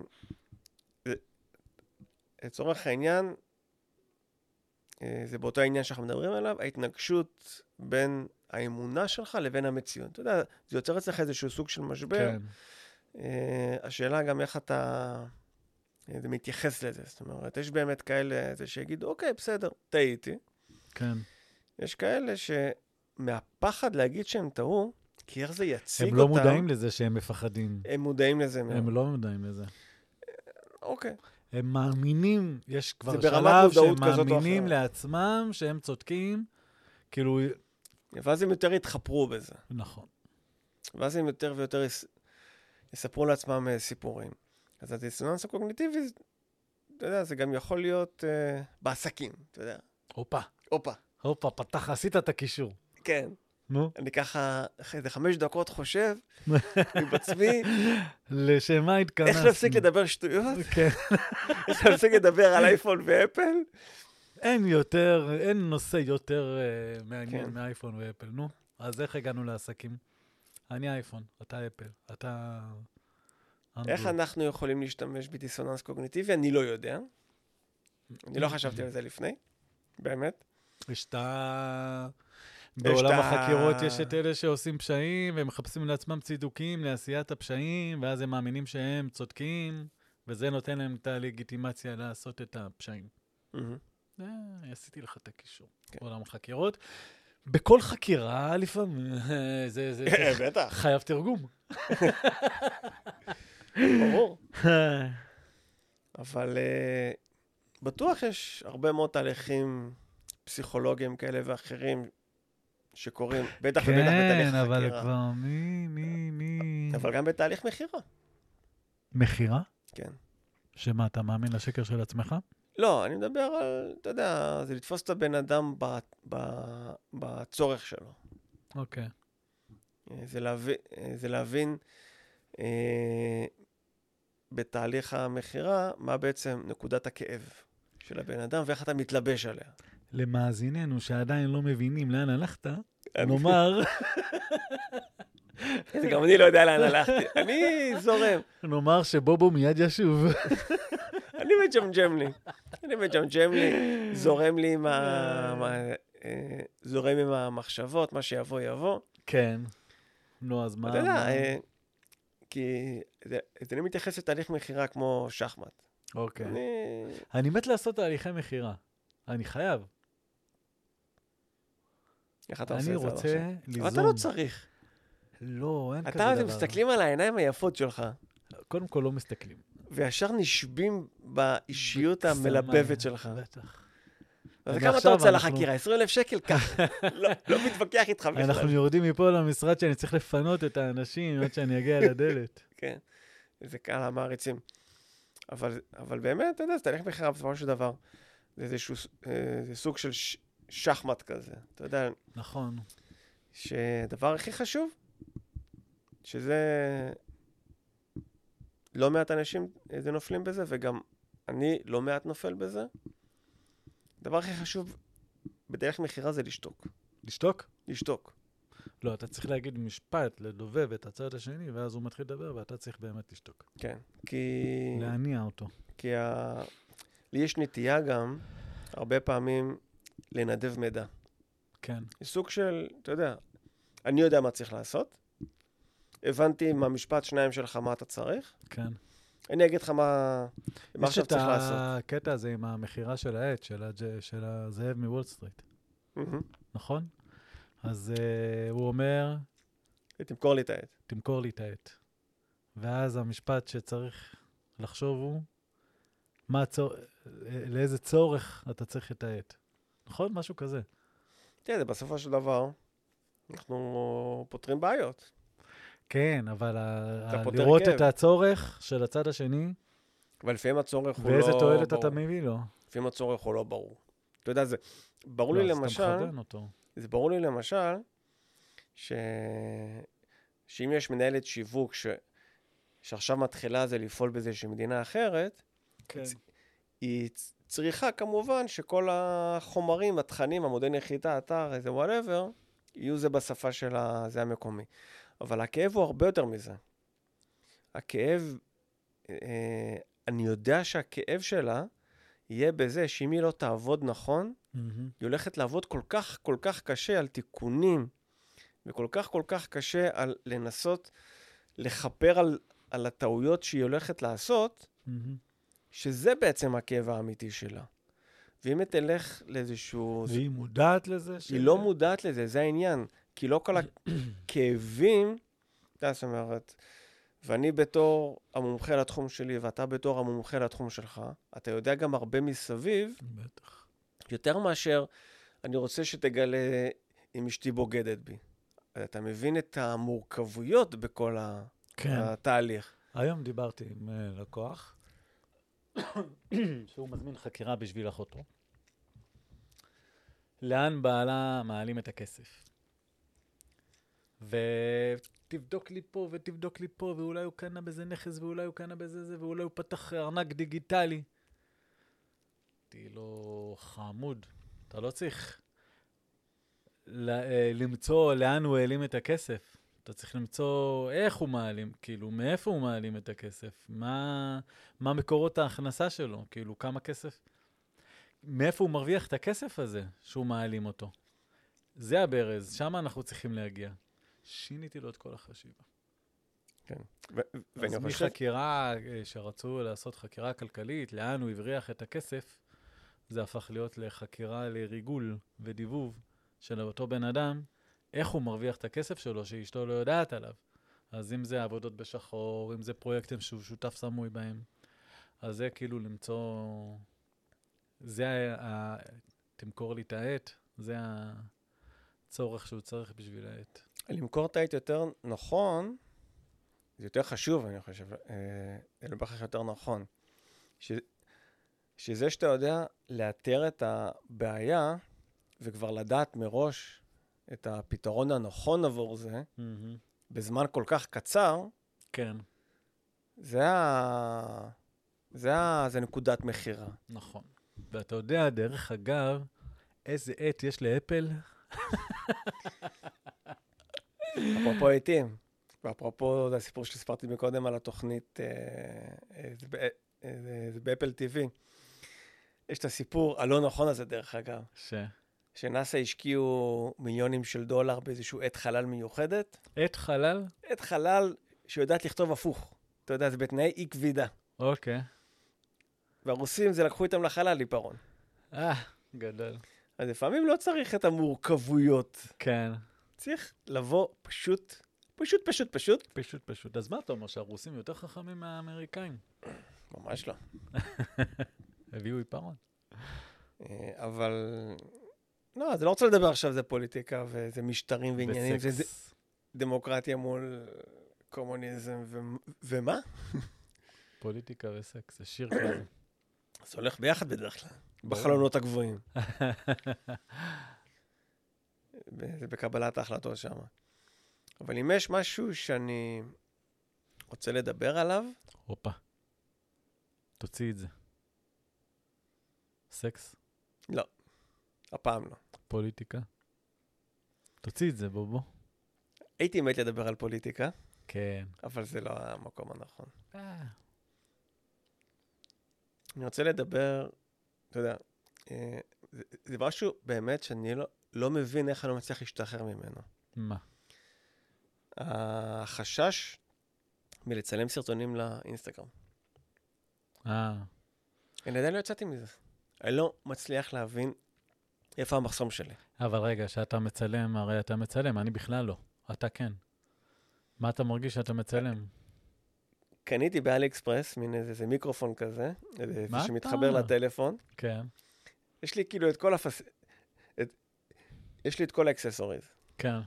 Speaker 1: זה- לצורך העניין, אה, זה באותו העניין שאנחנו מדברים עליו, ההתנגשות בין האמונה שלך לבין המציאות. אתה יודע, זה יוצר אצלך איזשהו סוג של משבר.
Speaker 2: כן.
Speaker 1: אה, השאלה גם איך אתה אה, זה מתייחס לזה. זאת אומרת, יש באמת כאלה זה שיגידו, אוקיי, בסדר, טעיתי.
Speaker 2: כן.
Speaker 1: יש כאלה שמהפחד להגיד שהם טעו, כי איך זה יציג
Speaker 2: הם
Speaker 1: אותם...
Speaker 2: לא מודעים לזה שהם מפחדים.
Speaker 1: הם מודעים לזה מאוד.
Speaker 2: הם לא מודעים לזה.
Speaker 1: אוקיי.
Speaker 2: הם מאמינים, יש כבר
Speaker 1: ברמת
Speaker 2: שלב
Speaker 1: מודעות
Speaker 2: שהם
Speaker 1: כזאת או
Speaker 2: מאמינים
Speaker 1: אחרת.
Speaker 2: לעצמם שהם צודקים, כאילו,
Speaker 1: ואז הם יותר יתחפרו בזה.
Speaker 2: נכון.
Speaker 1: ואז הם יותר ויותר יס... יספרו לעצמם אה, סיפורים. אז הדיסוננס הקוגניטיבי, זה- אתה יודע, זה גם יכול להיות אה, בעסקים, אתה יודע.
Speaker 2: הופה,
Speaker 1: הופה.
Speaker 2: הופה, פתח, עשית את הקישור.
Speaker 1: כן.
Speaker 2: נו,
Speaker 1: אני ככה, אחרי איזה חמש דקות
Speaker 2: *laughs*
Speaker 1: חושב עם עצמי,
Speaker 2: לשם מה התכנסנו?
Speaker 1: איך להפסיק לדבר שטויות, *laughs*
Speaker 2: כן.
Speaker 1: איך להפסיק לדבר על אייפון ואפל.
Speaker 2: אין יותר, אין נושא יותר אה, מעניין
Speaker 1: כן.
Speaker 2: מאייפון ואפל, נו. אז איך הגענו לעסקים? אני אייפון, אתה אפל, אתה...
Speaker 1: איך
Speaker 2: אנדרואיד.
Speaker 1: אנחנו יכולים להשתמש בדיסוננס קוגניטיבי? אני לא יודע. אני לא חשבתי על זה לפני, באמת.
Speaker 2: יש את ה...
Speaker 1: יש
Speaker 2: בעולם
Speaker 1: את ה-
Speaker 2: החקירות יש את אלה שעושים פשעים, והם מחפשים לעצמם צידוקים לעשיית הפשעים, ואז הם מאמינים שהם צודקים, וזה נותן להם את הלגיטימציה לעשות את הפשעים.
Speaker 1: מהמם.
Speaker 2: אה, עשיתי לך את הקישור.
Speaker 1: כן.
Speaker 2: בעולם החקירות. בכל חקירה לפעמים, *laughs* זה, זה,
Speaker 1: *laughs*
Speaker 2: זה
Speaker 1: בטח,
Speaker 2: חייב
Speaker 1: *laughs*
Speaker 2: תרגום.
Speaker 1: ברור. אבל אה, בטוח יש הרבה מאוד תהליכים פסיכולוגיים כאלה ואחרים שקורים, בטח ובטח בתהליך
Speaker 2: כן, אבל
Speaker 1: חקירה.
Speaker 2: כבר מי, מי, מי...
Speaker 1: אבל גם בתהליך מכירה.
Speaker 2: מכירה?
Speaker 1: כן.
Speaker 2: שמה, אתה מאמין לשקר של עצמך?
Speaker 1: לא, אני מדבר על, אתה יודע, זה לתפוס את הבן אדם ב- ב- בצורך שלו.
Speaker 2: אוקיי.
Speaker 1: אה, זה להבין, זה להבין אה, בתהליך המכירה מה בעצם נקודת הכאב של הבן אדם ואיך אתה מתלבש עליה.
Speaker 2: למאזיננו שעדיין לא מבינים לאן הלכת, נאמר,
Speaker 1: *laughs*
Speaker 2: *laughs*
Speaker 1: זה גם אני לא יודע לאן הלכתי, אני זורם,
Speaker 2: נאמר שבובו מיד
Speaker 1: *laughs*
Speaker 2: ישוב.
Speaker 1: אני מג'מג'ם לי, אני מג'מג'ם לי, זורם לי עם, ה... מה, אה, זורם עם המחשבות, מה שיבוא יבוא.
Speaker 2: כן. נו, אז מה?
Speaker 1: אתה יודע,
Speaker 2: מה-
Speaker 1: אה, כי זה- זה אני מתייחס לתהליך מכירה כמו שחמט.
Speaker 2: אוקיי.
Speaker 1: אני...
Speaker 2: אני מת לעשות תהליכי מכירה. אני חייב.
Speaker 1: איך אתה עושה
Speaker 2: אני
Speaker 1: את זה עד עכשיו?
Speaker 2: רוצה ליזום.
Speaker 1: אבל אתה לא צריך.
Speaker 2: לא, אין כזה
Speaker 1: אתה,
Speaker 2: דבר.
Speaker 1: אתם מסתכלים על העיניים היפות שלך,
Speaker 2: קודם כל לא מסתכלים.
Speaker 1: וישר נשבים באישיות
Speaker 2: בקסם
Speaker 1: המלבבת
Speaker 2: ה-
Speaker 1: שלך.
Speaker 2: בטח.
Speaker 1: אז
Speaker 2: אני
Speaker 1: כמה אתה
Speaker 2: עכשיו
Speaker 1: רוצה
Speaker 2: אנחנו-
Speaker 1: לחקירה? 20,000
Speaker 2: *laughs*
Speaker 1: שקל? קח. לא- לא מתווכח איתך
Speaker 2: אנחנו
Speaker 1: בכלל.
Speaker 2: יורדים מפה למשרד שאני צריך לפנות את האנשים עד שאני אגיע לדלת.
Speaker 1: *laughs* כן. זה קהל המעריצים. אבל אבל באמת, אתה יודע, זה תהליך מכירה בסופו של דבר. זה איזשהו ס- אה, זה סוג של ש- שחמט כזה. אתה יודע,
Speaker 2: נכון.
Speaker 1: שהדבר הכי חשוב, שזה לא מעט אנשים אה, זה נופלים בזה, וגם אני לא מעט נופל בזה. הדבר הכי חשוב בדרך מכירה זה לשתוק.
Speaker 2: לשתוק?
Speaker 1: לשתוק.
Speaker 2: לא, אתה צריך להגיד משפט, לדובב את הצד השני, ואז הוא מתחיל לדבר, ואתה צריך באמת לשתוק.
Speaker 1: כן. כי...
Speaker 2: להניע אותו.
Speaker 1: כי ה... לי יש נטייה גם, הרבה פעמים, לנדב מידע.
Speaker 2: כן.
Speaker 1: זה סוג של, אתה יודע, אני יודע מה צריך לעשות, הבנתי מהמשפט שניים שלך מה אתה צריך,
Speaker 2: כן.
Speaker 1: אני אגיד לך מה, מה עכשיו צריך
Speaker 2: יש
Speaker 1: לעשות.
Speaker 2: את הקטע הזה עם המכירה של העט, של הג'- של הזאב מוול סטריט,
Speaker 1: מהמם.
Speaker 2: נכון? אז אה, הוא אומר,
Speaker 1: תמכור לי את העט.
Speaker 2: תמכור לי את העט. ואז המשפט שצריך לחשוב הוא, מה הצור... אה, לאיזה צורך אתה צריך את העט. נכון? משהו כזה.
Speaker 1: תראה, כן, זה בסופו של דבר, אנחנו פותרים בעיות.
Speaker 2: כן, אבל ה-
Speaker 1: אתה
Speaker 2: ה-
Speaker 1: פותר
Speaker 2: לראות
Speaker 1: כאב.
Speaker 2: את הצורך של הצד השני,
Speaker 1: אבל לפעמים הצורך הוא לא
Speaker 2: ואיזה
Speaker 1: ברור.
Speaker 2: תועלת אתה מביא לו.
Speaker 1: לפעמים הצורך הוא לא ברור. אתה יודע, זה ברור לי
Speaker 2: לא, אז אתה
Speaker 1: למשל,
Speaker 2: מחרבן אותו.
Speaker 1: זה ברור לי למשל, ש... שאם יש מנהלת שיווק ש... שעכשיו מתחילה זה לפעול באיזושהי מדינה אחרת,
Speaker 2: כן.
Speaker 1: היא צ- צריכה כמובן שכל החומרים, התכנים, המודל נחיתה, אתר, איזה וואטאבר, יהיו זה בשפה של ה- זה המקומי. אבל הכאב הוא הרבה יותר מזה. הכאב, אה, אני יודע שהכאב שלה יהיה בזה שאם היא לא תעבוד נכון,
Speaker 2: Mm-hmm,
Speaker 1: היא הולכת לעבוד כל כך כל כך קשה על תיקונים, וכל כך כל כך קשה על לנסות לכפר על, על הטעויות שהיא הולכת לעשות,
Speaker 2: mm-hmm.
Speaker 1: שזה בעצם הכאב האמיתי שלה. ואם היא תלך לאיזשהו...
Speaker 2: והיא מודעת לזה?
Speaker 1: היא לא מודעת לזה, זה העניין. כי לא
Speaker 2: *clears throat*
Speaker 1: כל הכאבים, אתה יודע, זאת אומרת, ואני בתור המומחה לתחום שלי, ואתה בתור המומחה לתחום שלך, אתה יודע גם הרבה מסביב,
Speaker 2: בטח.
Speaker 1: יותר מאשר אני רוצה שתגלה אם אשתי בוגדת בי. אתה מבין את המורכבויות בכל ה-
Speaker 2: כן.
Speaker 1: התהליך.
Speaker 2: היום דיברתי עם אה, לקוח, שהוא מזמין חקירה בשביל אחותו. לאן בעלה מעלים את הכסף? ותבדוק לי פה ותבדוק לי פה, ואולי הוא קנה בזה נכס, ואולי הוא קנה בזה זה, ואולי הוא פתח ארנק דיגיטלי. אמרתי לו, חמוד, אתה לא צריך ל- אה, למצוא לאן הוא העלים את הכסף. אתה צריך למצוא איך הוא מעלים, כאילו, מאיפה הוא מעלים את הכסף, מה, מה מקורות ההכנסה שלו, כאילו, כמה כסף, מאיפה הוא מרוויח את הכסף הזה שהוא מעלים אותו. זה הברז, שם אנחנו צריכים להגיע. שיניתי לו את כל החשיבה.
Speaker 1: ו- ו-
Speaker 2: אז
Speaker 1: ואני חושב,
Speaker 2: מחקירה אה, שרצו לעשות חקירה כלכלית, לאן הוא הבריח את הכסף, זה הפך להיות לחקירה לריגול ודיבוב של אותו בן אדם, איך הוא מרוויח את הכסף שלו שאשתו לא יודעת עליו. אז אם זה עבודות בשחור, אם זה פרויקטים שהוא שותף סמוי בהם, אז זה כאילו למצוא... זה ה... ה... תמכור לי את העט, זה הצורך שהוא צריך בשביל העט.
Speaker 1: למכור את העט יותר נכון, זה יותר חשוב, אני חושב, אה, זה לא בהכרח יותר נכון. ש... שזה שאתה יודע לאתר את הבעיה, וכבר לדעת מראש את הפתרון הנכון עבור זה, בזמן כל כך קצר,
Speaker 2: כן,
Speaker 1: זה ה... זה, ה... זה נקודת מכירה.
Speaker 2: נכון. ואתה יודע, דרך אגב, איזה עט יש לאפל?
Speaker 1: אפרופו עיתים, ואפרופו זה הסיפור שסיפרתי מקודם על התוכנית, אה, אה, זה ב- אה, אה, זה באפל TV. יש את הסיפור הלא נכון הזה, דרך אגב,
Speaker 2: ש...
Speaker 1: שנאסא השקיעו מיליונים של דולר באיזשהו עת חלל מיוחדת,
Speaker 2: עט חלל?
Speaker 1: עת חלל שיודעת לכתוב הפוך. אתה יודע, זה בתנאי אי כבידה.
Speaker 2: אוקיי.
Speaker 1: והרוסים זה לקחו איתם לחלל עיפרון.
Speaker 2: אה, גדול.
Speaker 1: אז לפעמים לא צריך את המורכבויות.
Speaker 2: כן.
Speaker 1: צריך לבוא פשוט, פשוט, פשוט, פשוט.
Speaker 2: פשוט פשוט. אז מה אתה אומר, שהרוסים יותר חכמים מהאמריקאים?
Speaker 1: ממש לא.
Speaker 2: הביאו עיפרון.
Speaker 1: אה, אבל... לא, אז אני לא רוצה לדבר עכשיו, זה פוליטיקה וזה משטרים ועניינים,
Speaker 2: וסקס.
Speaker 1: זה דמוקרטיה מול קומוניזם ו... ומה?
Speaker 2: פוליטיקה וסקס, זה שיר כזה.
Speaker 1: זה הולך ביחד בדרך כלל,
Speaker 2: ברור.
Speaker 1: בחלונות הגבוהים. *laughs* ב- זה בקבלת ההחלטות שם. אבל אם יש משהו שאני רוצה לדבר עליו,
Speaker 2: הופה. תוציא את זה. סקס?
Speaker 1: הפעם לא.
Speaker 2: פוליטיקה? תוציא את זה, בוא בוא.
Speaker 1: הייתי מת לדבר על פוליטיקה,
Speaker 2: כן.
Speaker 1: אבל זה לא המקום הנכון.
Speaker 2: אה,
Speaker 1: אני רוצה לדבר, אתה יודע, אה, זה, זה משהו באמת שאני לא, לא מבין איך אני לא מצליח להשתחרר ממנו.
Speaker 2: מה?
Speaker 1: החשש מלצלם סרטונים לאינסטגרם.
Speaker 2: אה,
Speaker 1: אני עדיין לא יצאתי מזה. אני לא מצליח להבין איפה המחסום שלי.
Speaker 2: אבל רגע, שאתה מצלם, הרי אתה מצלם, אני בכלל לא. אתה כן. מה אתה מרגיש שאתה מצלם?
Speaker 1: קניתי באלי אקספרס מין איזה, איזה מיקרופון כזה, איזה איזה
Speaker 2: מה אתה?
Speaker 1: שמתחבר לטלפון.
Speaker 2: כן,
Speaker 1: יש לי כאילו את כל הפס... את... יש לי את כל האקססוריז.
Speaker 2: כן. אבל,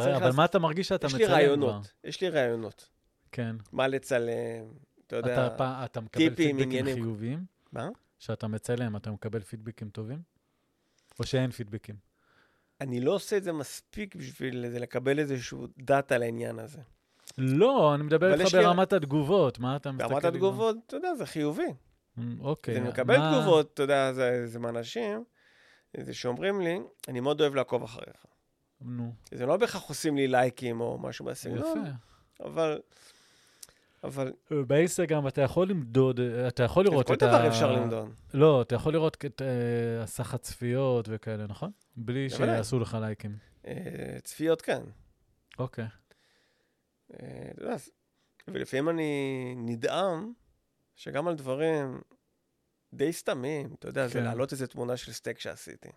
Speaker 1: צריך
Speaker 2: אבל
Speaker 1: לעשות-
Speaker 2: מה אתה מרגיש שאתה
Speaker 1: יש
Speaker 2: מצלם?
Speaker 1: לי רעיונות,
Speaker 2: כבר?
Speaker 1: יש לי רעיונות.
Speaker 2: כן.
Speaker 1: מה לצלם, אתה יודע...
Speaker 2: אתה, פ- אתה מקבל
Speaker 1: טיפים,
Speaker 2: פידבקים
Speaker 1: עניינים.
Speaker 2: חיוביים?
Speaker 1: מה?
Speaker 2: שאתה מצלם, אתה מקבל פידבקים טובים? או שאין פידבקים?
Speaker 1: אני לא עושה את זה מספיק בשביל זה, לקבל איזשהו דאטה לעניין הזה.
Speaker 2: לא, אני מדבר
Speaker 1: אבל
Speaker 2: איתך
Speaker 1: יש לי-
Speaker 2: ברמת התגובות. מה אתה מסתכל?
Speaker 1: ברמת
Speaker 2: לי כבר?
Speaker 1: התגובות, אתה יודע, זה חיובי.
Speaker 2: אמ, אוקיי.
Speaker 1: אני מקבל
Speaker 2: מה-
Speaker 1: תגובות, אתה יודע, זה זה מאנשים, זה שאומרים לי, אני מאוד אוהב לעקוב אחריך.
Speaker 2: נו,
Speaker 1: זה לא בהכרח עושים לי לייקים או משהו
Speaker 2: יפה.
Speaker 1: בסגנון, אבל... אבל
Speaker 2: באינסטגרם אתה יכול למדוד, אה, אתה יכול לראות את
Speaker 1: לא- כל
Speaker 2: ה...
Speaker 1: דבר אפשר למדוד.
Speaker 2: לא, אתה יכול לראות את אה, הסך הצפיות וכאלה, נכון? בלי
Speaker 1: בוודאי.
Speaker 2: שיעשו לך לייקים.
Speaker 1: אה, צפיות כן.
Speaker 2: אוקיי.
Speaker 1: אה, אתה יודע, אז- ולפעמים אני נדהם שגם על דברים די סתמים, אתה יודע, זה
Speaker 2: כן.
Speaker 1: להעלות איזו תמונה של סטייק שעשיתי.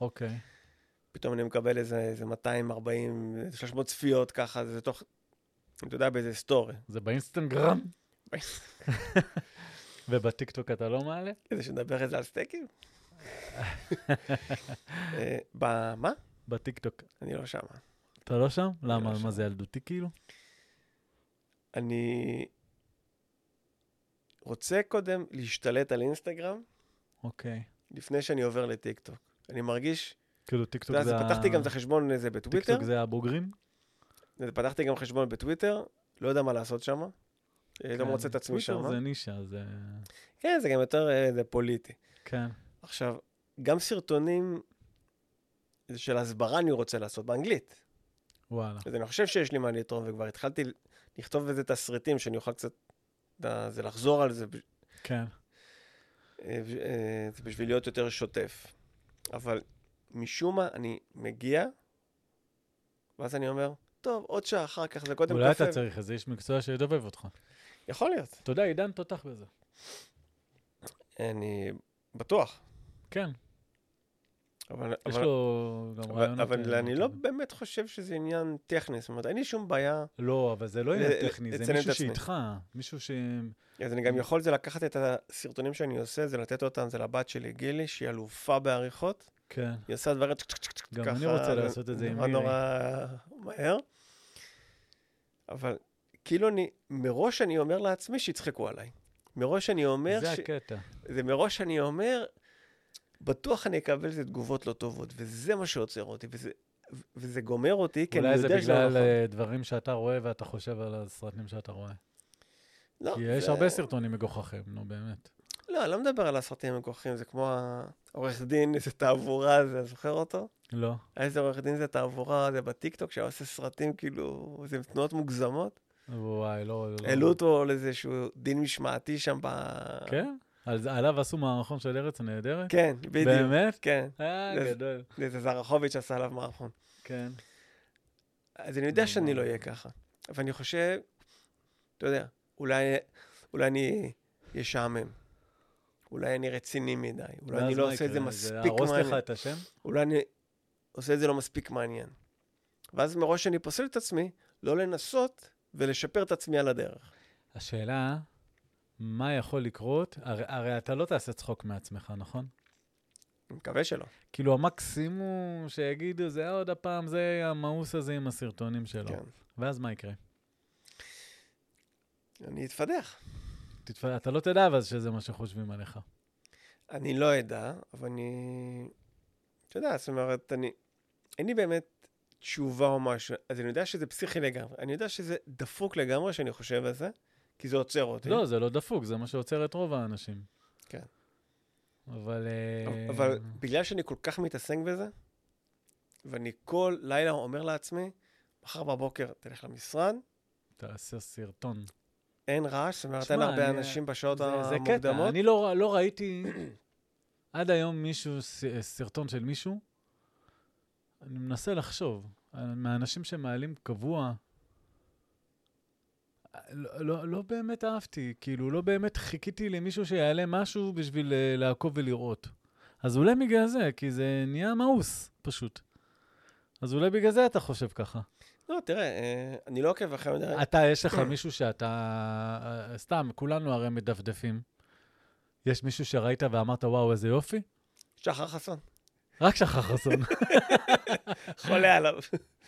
Speaker 2: אוקיי.
Speaker 1: פתאום אני מקבל איזה, איזה 240, 300 צפיות ככה, זה תוך, אתה יודע, באיזה סטורי.
Speaker 2: זה
Speaker 1: *laughs*
Speaker 2: באינסטגרם? ובטיקטוק אתה לא מעלה?
Speaker 1: כדי שנדבר איזה על סטייקים? אה, ב- מה?
Speaker 2: בטיקטוק.
Speaker 1: אני לא שם.
Speaker 2: אתה לא שם? למה?
Speaker 1: לא שם.
Speaker 2: מה זה ילדותי כאילו?
Speaker 1: אני רוצה קודם להשתלט על אינסטגרם
Speaker 2: אוקיי.
Speaker 1: לפני שאני עובר לטיקטוק. אני מרגיש
Speaker 2: כאילו טיקטוק
Speaker 1: אתה יודע,
Speaker 2: זה...
Speaker 1: אז
Speaker 2: ה-
Speaker 1: פתחתי גם את החשבון הזה בטוויטר,
Speaker 2: טיקטוק זה הבוגרים?
Speaker 1: פתחתי גם חשבון בטוויטר, לא יודע מה לעשות שם, לא
Speaker 2: כן.
Speaker 1: מוצא את עצמי שם.
Speaker 2: טוויטר זה נישה, זה...
Speaker 1: כן, זה גם יותר אה, זה פוליטי.
Speaker 2: כן.
Speaker 1: עכשיו, גם סרטונים של הסברה אני רוצה לעשות באנגלית.
Speaker 2: וואלה.
Speaker 1: אז אני חושב שיש לי מה לתרום, וכבר התחלתי לכתוב איזה תסריטים שאני אוכל קצת, אה, זה לחזור על זה, בש-
Speaker 2: כן.
Speaker 1: אה, אה, זה בשביל להיות יותר שוטף. אבל משום מה אני מגיע, ואז אני אומר, טוב, עוד שעה אחר כך, זה קודם
Speaker 2: אולי
Speaker 1: קפה.
Speaker 2: אתה צריך איזה איש מקצוע שידובב אותך.
Speaker 1: יכול להיות.
Speaker 2: אתה יודע, עידן תותח בזה.
Speaker 1: אני בטוח.
Speaker 2: כן.
Speaker 1: אבל,
Speaker 2: יש
Speaker 1: אבל-
Speaker 2: לו גם
Speaker 1: אבל,
Speaker 2: רעיונות...
Speaker 1: אבל
Speaker 2: אה,
Speaker 1: אני לא
Speaker 2: טובים.
Speaker 1: באמת חושב שזה עניין טכני, זאת אומרת, אין לי שום בעיה.
Speaker 2: לא, אבל זה לא עניין
Speaker 1: ל-
Speaker 2: טכני, זה
Speaker 1: לצלם את
Speaker 2: מישהו
Speaker 1: עצמי.
Speaker 2: שאיתך, מישהו ש...
Speaker 1: אז אני גם יכול זה לקחת את הסרטונים שאני עושה, זה לתת אותם, זה לבת שלי, גילי, שהיא אלופה בעריכות.
Speaker 2: כן.
Speaker 1: היא עושה דברים צ'ק צ'ק צ'ק צ'ק
Speaker 2: גם
Speaker 1: ככה,
Speaker 2: אני רוצה
Speaker 1: זה
Speaker 2: לעשות את זה עם
Speaker 1: נורא
Speaker 2: מירי.
Speaker 1: נורא מהר. אבל כאילו אני, מראש אני אומר לעצמי שיצחקו עליי. מראש אני אומר,
Speaker 2: זה
Speaker 1: ש-
Speaker 2: הקטע.
Speaker 1: זה מראש אני אומר, בטוח אני אקבל איזה תגובות לא טובות, וזה מה שעוצר אותי, וזה, ו- וזה גומר אותי, כי אני
Speaker 2: אולי זה
Speaker 1: יודע שזה לא
Speaker 2: בגלל
Speaker 1: נכון.
Speaker 2: אה, דברים שאתה רואה ואתה חושב על הסרטים שאתה רואה.
Speaker 1: לא,
Speaker 2: כי יש
Speaker 1: זה-
Speaker 2: הרבה סרטונים מגוחכים, נו באמת.
Speaker 1: לא, אני לא מדבר על הסרטים המגוחכים, זה כמו העורך דין, איזה תעבורה, הזה, זוכר אותו?
Speaker 2: לא.
Speaker 1: היה איזה עורך דין זה תעבורה, זה בטיקטוק, שהיה עושה סרטים כאילו, איזה תנועות מוגזמות.
Speaker 2: וואי, לא, לא.
Speaker 1: העלו אותו לאיזשהו דין משמעתי שם ב...
Speaker 2: כן? אז עליו עשו מערכון של ארץ נהדרת?
Speaker 1: כן, בדיוק.
Speaker 2: באמת?
Speaker 1: כן,
Speaker 2: אה,
Speaker 1: אז-
Speaker 2: גדול.
Speaker 1: זה זרחוביץ' עשה עליו מערכון.
Speaker 2: כן.
Speaker 1: אז אני יודע
Speaker 2: נו,
Speaker 1: שאני
Speaker 2: מה.
Speaker 1: לא אהיה ככה. אבל אני חושב, אתה יודע, אולי, אולי אני אשעמם. אולי אני רציני מדי. אולי אני
Speaker 2: ואז
Speaker 1: לא
Speaker 2: מה
Speaker 1: עושה את זה
Speaker 2: יקרה?
Speaker 1: מספיק
Speaker 2: זה יהרוס
Speaker 1: מעניין.
Speaker 2: לך את השם?
Speaker 1: אולי אני עושה את זה לא מספיק מעניין. ואז מראש אני פוסל את עצמי, לא לנסות ולשפר את עצמי על הדרך.
Speaker 2: השאלה, מה יכול לקרות? הרי- הרי אתה לא תעשה צחוק מעצמך, נכון?
Speaker 1: אני מקווה שלא.
Speaker 2: כאילו, המקסימום שיגידו, זה עוד הפעם, זה המאוס הזה עם הסרטונים שלו.
Speaker 1: כן.
Speaker 2: ואז מה יקרה?
Speaker 1: אני אתפדח.
Speaker 2: תתפ... אתה לא תדע אבל שזה מה שחושבים עליך.
Speaker 1: אני לא אדע, אבל אני... אתה יודע, זאת אומרת, אני... אין לי באמת תשובה או משהו, אז אני יודע שזה פסיכי לגמרי. אני יודע שזה דפוק לגמרי שאני חושב על זה, כי זה עוצר אותי.
Speaker 2: לא, זה לא דפוק, זה מה שעוצר את רוב האנשים.
Speaker 1: כן.
Speaker 2: אבל... אה,
Speaker 1: אבל בגלל שאני כל כך מתעסק בזה, ואני כל לילה אומר לעצמי, מחר בבוקר תלך למשרד,
Speaker 2: תעשה סרטון.
Speaker 1: אין רעש, זאת אומרת,
Speaker 2: תשמע,
Speaker 1: אין הרבה
Speaker 2: אני- אה,
Speaker 1: אנשים בשעות
Speaker 2: זה, זה
Speaker 1: המוקדמות.
Speaker 2: קטע, אני לא, לא ראיתי *clears throat* עד היום מישהו, ס- סרטון של מישהו. אני מנסה לחשוב, אה, מהאנשים שמעלים קבוע, אה, לא, לא, לא באמת אהבתי, כאילו, לא באמת חיכיתי למישהו שיעלה משהו בשביל אה, לעקוב ולראות. אז אולי בגלל זה, כי זה נהיה מאוס, פשוט. אז אולי בגלל זה אתה חושב ככה.
Speaker 1: לא, תראה, אה, אני לא עוקב אחרי... מדי-
Speaker 2: אתה, יש
Speaker 1: כן.
Speaker 2: לך מישהו שאתה... סתם, כולנו הרי מדפדפים. יש מישהו שראית ואמרת, וואו, איזה יופי?
Speaker 1: שחר חסון,
Speaker 2: רק שחר
Speaker 1: *laughs*
Speaker 2: חסון,
Speaker 1: חולה
Speaker 2: *laughs*
Speaker 1: עליו.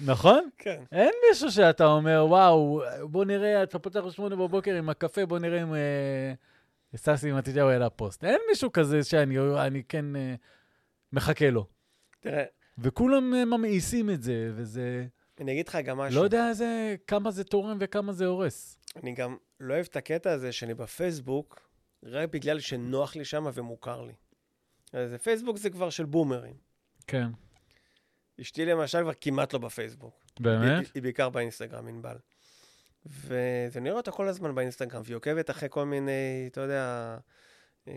Speaker 2: נכון?
Speaker 1: כן.
Speaker 2: אין מישהו שאתה אומר, וואו, בוא נראה, אתה פותח בשמונה בבוקר עם הקפה, בוא נראה אם אה, ססי מתתיהו העלה פוסט. אין מישהו כזה שאני אני כן אה, מחכה לו.
Speaker 1: תראה,
Speaker 2: וכולם אה, ממאיסים את זה, וזה...
Speaker 1: אני אגיד לך גם משהו.
Speaker 2: לא יודע איזה, כמה זה תורם וכמה זה הורס.
Speaker 1: אני גם לא אוהב את הקטע הזה שאני בפייסבוק, רק בגלל שנוח לי שם ומוכר לי. אז פייסבוק זה כבר של בומרים.
Speaker 2: כן.
Speaker 1: אשתי למשל כבר כמעט לא בפייסבוק.
Speaker 2: באמת?
Speaker 1: היא, היא בעיקר באינסטגרם, ענבל. ואני רואה אותה כל הזמן באינסטגרם, והיא עוקבת אחרי כל מיני, אתה יודע, אה,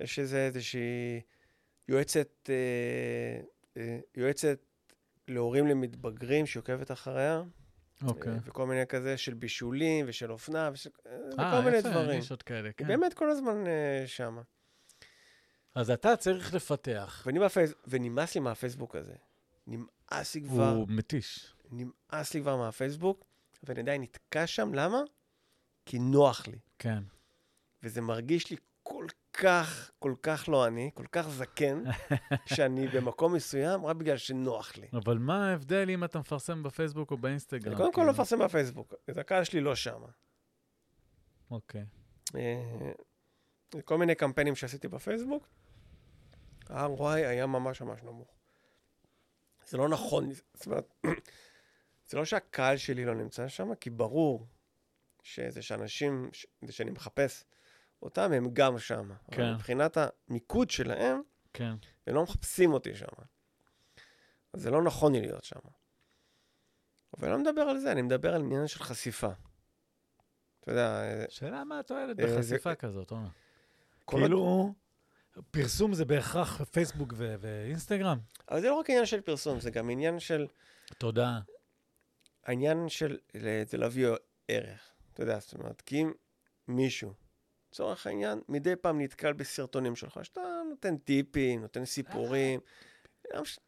Speaker 1: יש איזה איזושהי יועצת, אה, אה, יועצת להורים למתבגרים שהיא עוקבת אחריה,
Speaker 2: אוקיי.
Speaker 1: אה, וכל מיני כזה של בישולים ושל אופנה, ושל, אה,
Speaker 2: אה,
Speaker 1: וכל מיני
Speaker 2: יפה,
Speaker 1: דברים.
Speaker 2: נישות כאלה,
Speaker 1: היא
Speaker 2: כן.
Speaker 1: באמת כל הזמן אה, שמה.
Speaker 2: אז אתה צריך לפתח.
Speaker 1: ואני בפייסבוק, ונמאס לי מהפייסבוק הזה. נמאס לי כבר.
Speaker 2: הוא מתיש.
Speaker 1: נמאס לי כבר מהפייסבוק, ואני עדיין נתקע שם, למה? כי נוח לי.
Speaker 2: כן.
Speaker 1: וזה מרגיש לי כל כך, כל כך לא אני, כל כך זקן, שאני במקום מסוים רק בגלל שנוח לי.
Speaker 2: אבל מה ההבדל אם אתה מפרסם בפייסבוק או
Speaker 1: אני
Speaker 2: באינסטגרם?
Speaker 1: קודם כל לא
Speaker 2: כאילו?
Speaker 1: מפרסם בפייסבוק, אז הקהל שלי לא שם.
Speaker 2: אוקיי.
Speaker 1: אה, כל מיני קמפיינים שעשיתי בפייסבוק, ה-ROI היה ממש ממש נמוך. זה לא נכון, זאת אומרת, *clears throat* זה לא שהקהל שלי לא נמצא שם, כי ברור שזה שאנשים, ש- זה שאני מחפש אותם, הם גם שם. אבל
Speaker 2: כן.
Speaker 1: מבחינת המיקוד שלהם,
Speaker 2: כן.
Speaker 1: הם לא מחפשים אותי שם. אז זה לא נכון לי להיות שם. אבל אני לא מדבר על זה, אני מדבר על עניין של חשיפה. אתה יודע, אה,
Speaker 2: שאלה מה התועלת
Speaker 1: אה, זה-
Speaker 2: בחשיפה כזאת, עומר.
Speaker 1: כל הד-
Speaker 2: כאילו, פרסום זה בהכרח פייסבוק ו- ואינסטגרם.
Speaker 1: אבל זה לא רק עניין של פרסום, זה גם עניין של...
Speaker 2: תודה.
Speaker 1: העניין של ל- זה להביא ערך. אתה יודע, זאת אומרת, כי אם מישהו, לצורך העניין, מדי פעם נתקל בסרטונים שלך, שאתה נותן טיפים, נותן סיפורים, לא מש-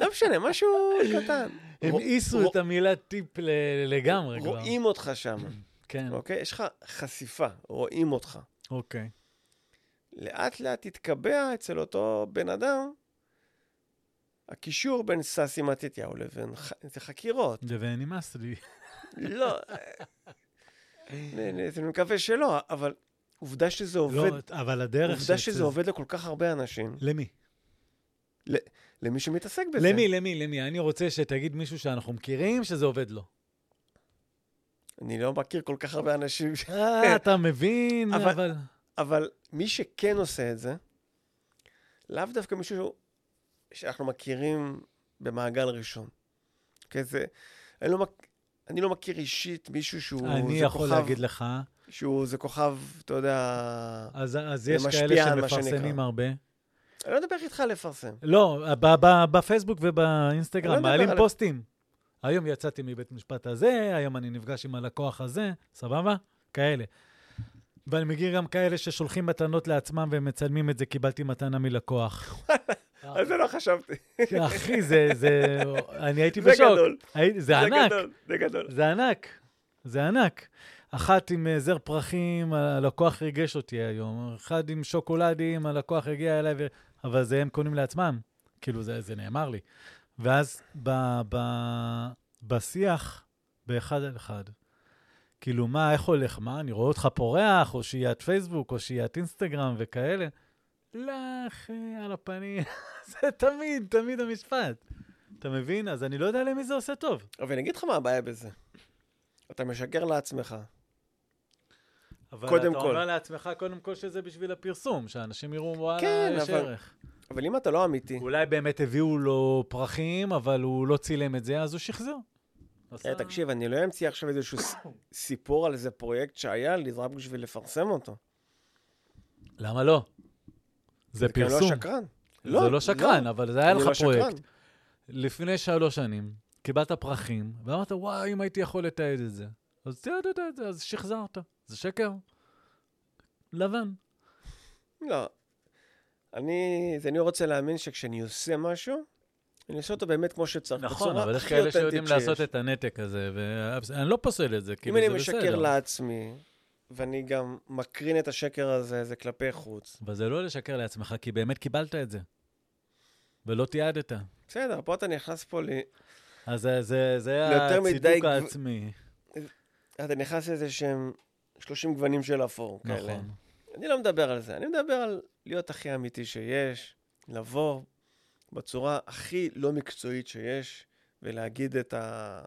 Speaker 1: לא משנה, משהו קטן.
Speaker 2: הם
Speaker 1: רוא-
Speaker 2: העיסו
Speaker 1: רוא-
Speaker 2: את המילה טיפ ל- לגמרי כבר.
Speaker 1: רואים אותך שם,
Speaker 2: כן,
Speaker 1: אוקיי? יש לך חשיפה, רואים אותך.
Speaker 2: אוקיי.
Speaker 1: לאט לאט תתקבע אצל אותו בן אדם הקישור בין ססי מתתיהו לבין ח- זה חקירות.
Speaker 2: ונמאס לי.
Speaker 1: לא. אני מקווה שלא, אבל עובדה שזה עובד,
Speaker 2: לא, אבל הדרך
Speaker 1: עובדה
Speaker 2: שזה-
Speaker 1: שזה עובד לכל כך הרבה אנשים,
Speaker 2: למי?
Speaker 1: למי שמתעסק בזה.
Speaker 2: למי, למי, למי? אני רוצה שתגיד מישהו שאנחנו מכירים, שזה עובד לו.
Speaker 1: אני לא מכיר כל כך הרבה אנשים, ש-
Speaker 2: אה, אתה מבין,
Speaker 1: כן. אבל-
Speaker 2: אבל...
Speaker 1: אבל מי שכן עושה את זה, לאו דווקא מישהו שאנחנו מכירים במעגל ראשון. אוקיי, זה... אני לא, מק... אני לא מכיר אישית מישהו שהוא...
Speaker 2: אני
Speaker 1: זה
Speaker 2: יכול
Speaker 1: כוכב-
Speaker 2: להגיד לך,
Speaker 1: שהוא זה כוכב, אתה יודע...
Speaker 2: אז אז
Speaker 1: זה
Speaker 2: יש
Speaker 1: משפיע
Speaker 2: כאלה
Speaker 1: על מה
Speaker 2: שמפרסמים
Speaker 1: שנקרא.
Speaker 2: הרבה.
Speaker 1: אני לא מדבר איתך על לפרסם.
Speaker 2: לא, ב- ב- בפייסבוק
Speaker 1: אני
Speaker 2: ובאינסטגרם
Speaker 1: לא מדבר
Speaker 2: מעלים
Speaker 1: על-
Speaker 2: פוסטים. היום יצאתי מבית משפט הזה, היום אני נפגש עם הלקוח הזה, סבבה? כאלה. ואני מכיר גם כאלה ששולחים מתנות לעצמם ומצלמים את זה, קיבלתי מתנה
Speaker 1: *laughs*
Speaker 2: מלקוח. אה.
Speaker 1: על זה לא חשבתי.
Speaker 2: אחי, זה, זה, אני הייתי
Speaker 1: זה
Speaker 2: בשוק.
Speaker 1: גדול.
Speaker 2: הי- זה ענק.
Speaker 1: גדול, זה גדול.
Speaker 2: זה ענק, זה ענק. אחת עם אה, זר פרחים, ה- הלקוח ריגש אותי היום. אחד עם שוקולדים, הלקוח הגיע אליי, ו... אבל זה הם קונים לעצמם. כאילו, זה, זה נאמר לי. ואז ב, ב, בשיח, באחד על אחד, כאילו, מה, איך הולך, מה, אני רואה אותך פורח, או שהיא את פייסבוק, או שהיא את אינסטגרם וכאלה. לא, אחי, על הפנים. *laughs* זה תמיד, תמיד המשפט. אתה מבין? אז אני לא יודע למי זה עושה טוב.
Speaker 1: אבל אני אגיד לך מה הבעיה בזה. אתה משקר לעצמך.
Speaker 2: אבל
Speaker 1: קודם
Speaker 2: אתה
Speaker 1: כל.
Speaker 2: אומר לעצמך קודם כל שזה בשביל הפרסום, שאנשים יראו, וואלה,
Speaker 1: כן,
Speaker 2: יש
Speaker 1: אבל-
Speaker 2: ערך.
Speaker 1: אבל אם אתה לא אמיתי,
Speaker 2: אולי באמת הביאו לו פרחים, אבל הוא לא צילם את זה, אז הוא שחזר.
Speaker 1: אה,
Speaker 2: עשה-
Speaker 1: תקשיב, אני לא אמציא עכשיו איזשהו ס- סיפור על איזה פרויקט שהיה לי רק בשביל לפרסם אותו.
Speaker 2: למה לא? זה
Speaker 1: כי אני לא
Speaker 2: פרסום.
Speaker 1: שקרן.
Speaker 2: זה לא שקרן, אבל זה היה
Speaker 1: אני
Speaker 2: לך
Speaker 1: לא שקרן.
Speaker 2: פרויקט. לפני שלוש שנים, קיבלת פרחים, ואמרת, וואי, אם הייתי יכול לתעד את זה. אז תיעדת את זה, אז שחזרת. זה שקר. לבן.
Speaker 1: לא. אני, אז אני רוצה להאמין שכשאני עושה משהו, אני עושה אותו באמת כמו שצריך.
Speaker 2: נכון,
Speaker 1: בצורה
Speaker 2: אבל יש
Speaker 1: הכי
Speaker 2: כאלה שיודעים
Speaker 1: אותנטית שיש.
Speaker 2: לעשות את הנתק הזה, ואני לא פוסל את זה, כאילו,
Speaker 1: אם
Speaker 2: זה
Speaker 1: אני
Speaker 2: בסדר.
Speaker 1: משקר לעצמי, ואני גם מקרין את השקר הזה, זה כלפי חוץ.
Speaker 2: אבל זה לא לשקר לעצמך, כי באמת קיבלת את זה. ולא תיעדת.
Speaker 1: בסדר, פה אתה נכנס פה ל...
Speaker 2: אז זה, זה, זה
Speaker 1: ליותר מדי
Speaker 2: הצידוק
Speaker 1: גב-
Speaker 2: העצמי.
Speaker 1: אתה נכנס לאיזה שהם 30 גוונים של אפור כאלה.
Speaker 2: נכון.
Speaker 1: אני לא מדבר על זה, אני מדבר על להיות הכי אמיתי שיש, לבוא בצורה הכי לא מקצועית שיש, ולהגיד את ה...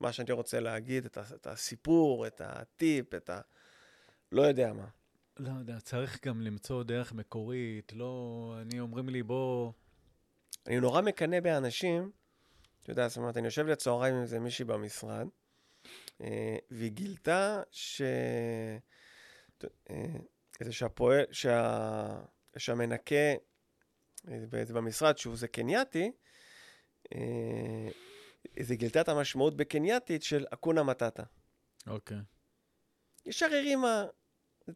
Speaker 1: מה שאני רוצה להגיד, את, ה... את הסיפור, את הטיפ, את ה... לא יודע מה.
Speaker 2: לא יודע, צריך גם למצוא דרך מקורית. לא, אני אומרים לי, בוא...
Speaker 1: אני נורא מקנא באנשים, אתה יודע, זאת אומרת, אני יושב לצהריים עם איזה מישהי במשרד, אה, והיא גילתה ש... אה, זה שהפועל, שה... שהמנקה אה, באיזה- במשרד, שהוא זה קנייתי, אה, זה גילתה את המשמעות בקנייתית של אקונה מטאטה.
Speaker 2: אוקיי.
Speaker 1: ישר הרימה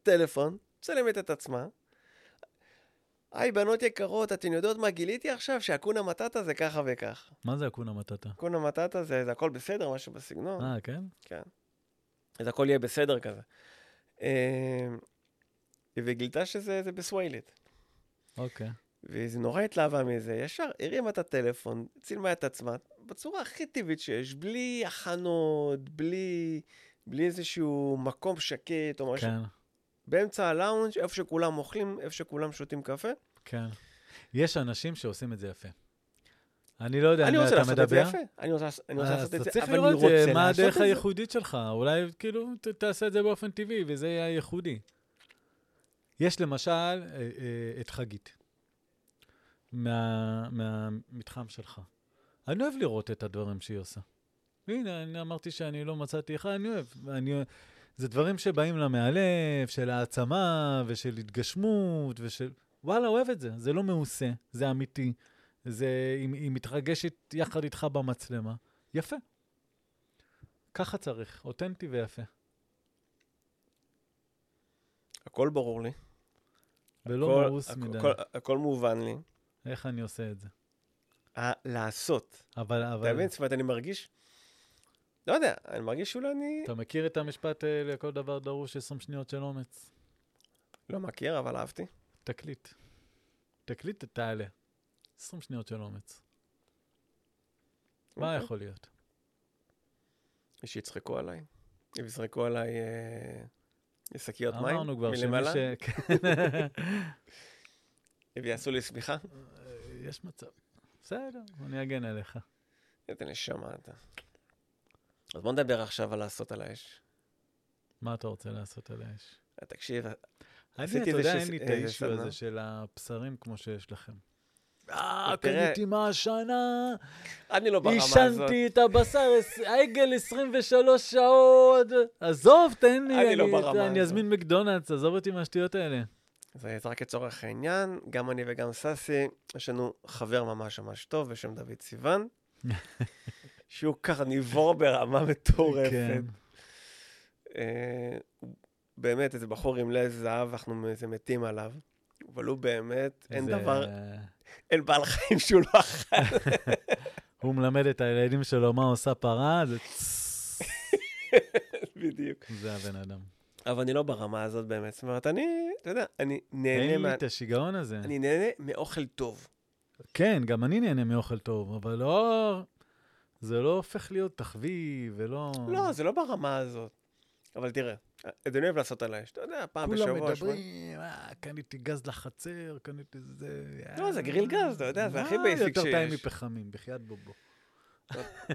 Speaker 1: טלפון, מצלמת את עצמה. היי, בנות יקרות, אתן יודעות מה גיליתי עכשיו? שהקונה מטאטה זה ככה וככה.
Speaker 2: מה זה אקונה מטאטה?
Speaker 1: קונה מטאטה זה, זה הכל בסדר, משהו בסגנון.
Speaker 2: אה, כן?
Speaker 1: אז הכל יהיה בסדר כזה. אה, וגילתה שזה זה בסווילית.
Speaker 2: אוקיי.
Speaker 1: וזה נורא התלהבה מזה. ישר הרימה את הטלפון, צילמה את עצמה, בצורה הכי טבעית שיש, בלי הכנות, בלי, בלי איזשהו מקום שקט או משהו.
Speaker 2: כן,
Speaker 1: באמצע הלאונג', איפה שכולם אוכלים, איפה שכולם שותים קפה.
Speaker 2: כן. יש אנשים שעושים את זה יפה. אני לא יודע
Speaker 1: אני
Speaker 2: על מה
Speaker 1: רוצה
Speaker 2: אתה
Speaker 1: לעשות את זה
Speaker 2: מדבר. אה,
Speaker 1: יפה. אני רוצה אני רוצה
Speaker 2: אז
Speaker 1: לעשות את
Speaker 2: אתה
Speaker 1: זה,
Speaker 2: צריך
Speaker 1: אבל אני
Speaker 2: לראות
Speaker 1: רוצה
Speaker 2: אה,
Speaker 1: לעשות את זה.
Speaker 2: מה הדרך הייחודית שלך, אולי כאילו ת- תעשה את זה באופן טבעי, וזה יהיה הייחודי. יש למשל אה, אה, את חגית, מה- מהמתחם שלך. אני אוהב לראות את הדברים שהיא עושה. הנה, אני אמרתי שאני לא מצאתי אחד, אני אוהב. אני... זה דברים שבאים לה מהלב, של העצמה ושל התגשמות ושל... וואלה, אוהב את זה. זה לא מעושה, זה אמיתי. זה... היא, היא מתרגשת יחד איתך במצלמה. יפה. ככה צריך, אותנטי ויפה.
Speaker 1: הכל ברור לי.
Speaker 2: ולא
Speaker 1: הכל-
Speaker 2: מאוס
Speaker 1: הכ-
Speaker 2: לא מדי.
Speaker 1: הכל- הכל מובן לי.
Speaker 2: איך אני עושה את זה?
Speaker 1: ה- לעשות.
Speaker 2: אבל,
Speaker 1: אתה
Speaker 2: אבל...
Speaker 1: מבין? זאת אומרת, אני מרגיש... לא יודע, אני מרגיש שאולי אני...
Speaker 2: אתה מכיר את המשפט אה, לכל דבר דרוש 20 שניות של אומץ?
Speaker 1: לא מכיר, אבל אהבתי.
Speaker 2: תקליט. תקליט, תעלה. 20 שניות של אומץ. מה
Speaker 1: אוקיי.
Speaker 2: יכול להיות?
Speaker 1: ושיצחקו עליי. אם יזרקו עליי אה, שקיות מים
Speaker 2: אמרנו כבר שמי
Speaker 1: מלמעלה,
Speaker 2: ש... *laughs* כן.
Speaker 1: ויעשו לי שמיכה.
Speaker 2: יש מצב. בסדר, אני אגן עליך.
Speaker 1: איזה נשמה אתה. אז בוא נדבר עכשיו על לעשות על האש.
Speaker 2: מה אתה רוצה לעשות על האש?
Speaker 1: אה, תקשיב,
Speaker 2: אני,
Speaker 1: עשיתי
Speaker 2: אתה יודע,
Speaker 1: איזושהי
Speaker 2: אין לי
Speaker 1: ס-
Speaker 2: את
Speaker 1: איזה
Speaker 2: האישיו
Speaker 1: סדנה.
Speaker 2: הזה של הבשרים כמו שיש לכם. אה,
Speaker 1: תראה-
Speaker 2: קניתי מהשנה,
Speaker 1: אני לא ברמה הזאת.
Speaker 2: עישנתי את הבשר, עש- העגל 23 שעות. עזוב, תן לי,
Speaker 1: אני לא
Speaker 2: אני-
Speaker 1: ברמה
Speaker 2: אני
Speaker 1: הזאת.
Speaker 2: אזמין מקדונלדס, עזוב אותי מהשטויות האלה.
Speaker 1: זה זה רק לצורך העניין, גם אני וגם ססי, יש לנו חבר ממש ממש טוב בשם דוד
Speaker 2: *laughs*
Speaker 1: סיוון, שהוא קרניבור ברמה מטורפת.
Speaker 2: כן.
Speaker 1: אה, הוא באמת איזה בחור עם לב זהב, אנחנו מ- זה מתים עליו, אבל הוא באמת, אין
Speaker 2: זה-
Speaker 1: דבר, אין בעל חיים שהוא לא אכל.
Speaker 2: *laughs* הוא מלמד את הילדים שלו מה עושה פרה, זה צס.
Speaker 1: בדיוק.
Speaker 2: זה הבן אדם.
Speaker 1: אבל אני לא ברמה הזאת באמת, זאת אומרת, אני, אתה יודע, אני *laughs* נהנה,
Speaker 2: אין
Speaker 1: מה...
Speaker 2: לי את השיגעון הזה.
Speaker 1: אני נהנה מאוכל טוב.
Speaker 2: כן, גם אני נהנה מאוכל טוב, אבל לא... זה לא הופך להיות תחביב, ולא...
Speaker 1: לא, זה לא ברמה הזאת. אבל תראה, אדוני אוהב לעשות על האש, אתה יודע, פעם אה, בשבוע,
Speaker 2: כולם
Speaker 1: שבוע-
Speaker 2: מדברים, אה, קניתי גז לחצר, קניתי זה... אה,
Speaker 1: לא, זה גריל גז, אתה יודע, זה הכי
Speaker 2: מה
Speaker 1: basic
Speaker 2: יותר טעים
Speaker 1: שיש.
Speaker 2: מפחמים, בחייאת בובו.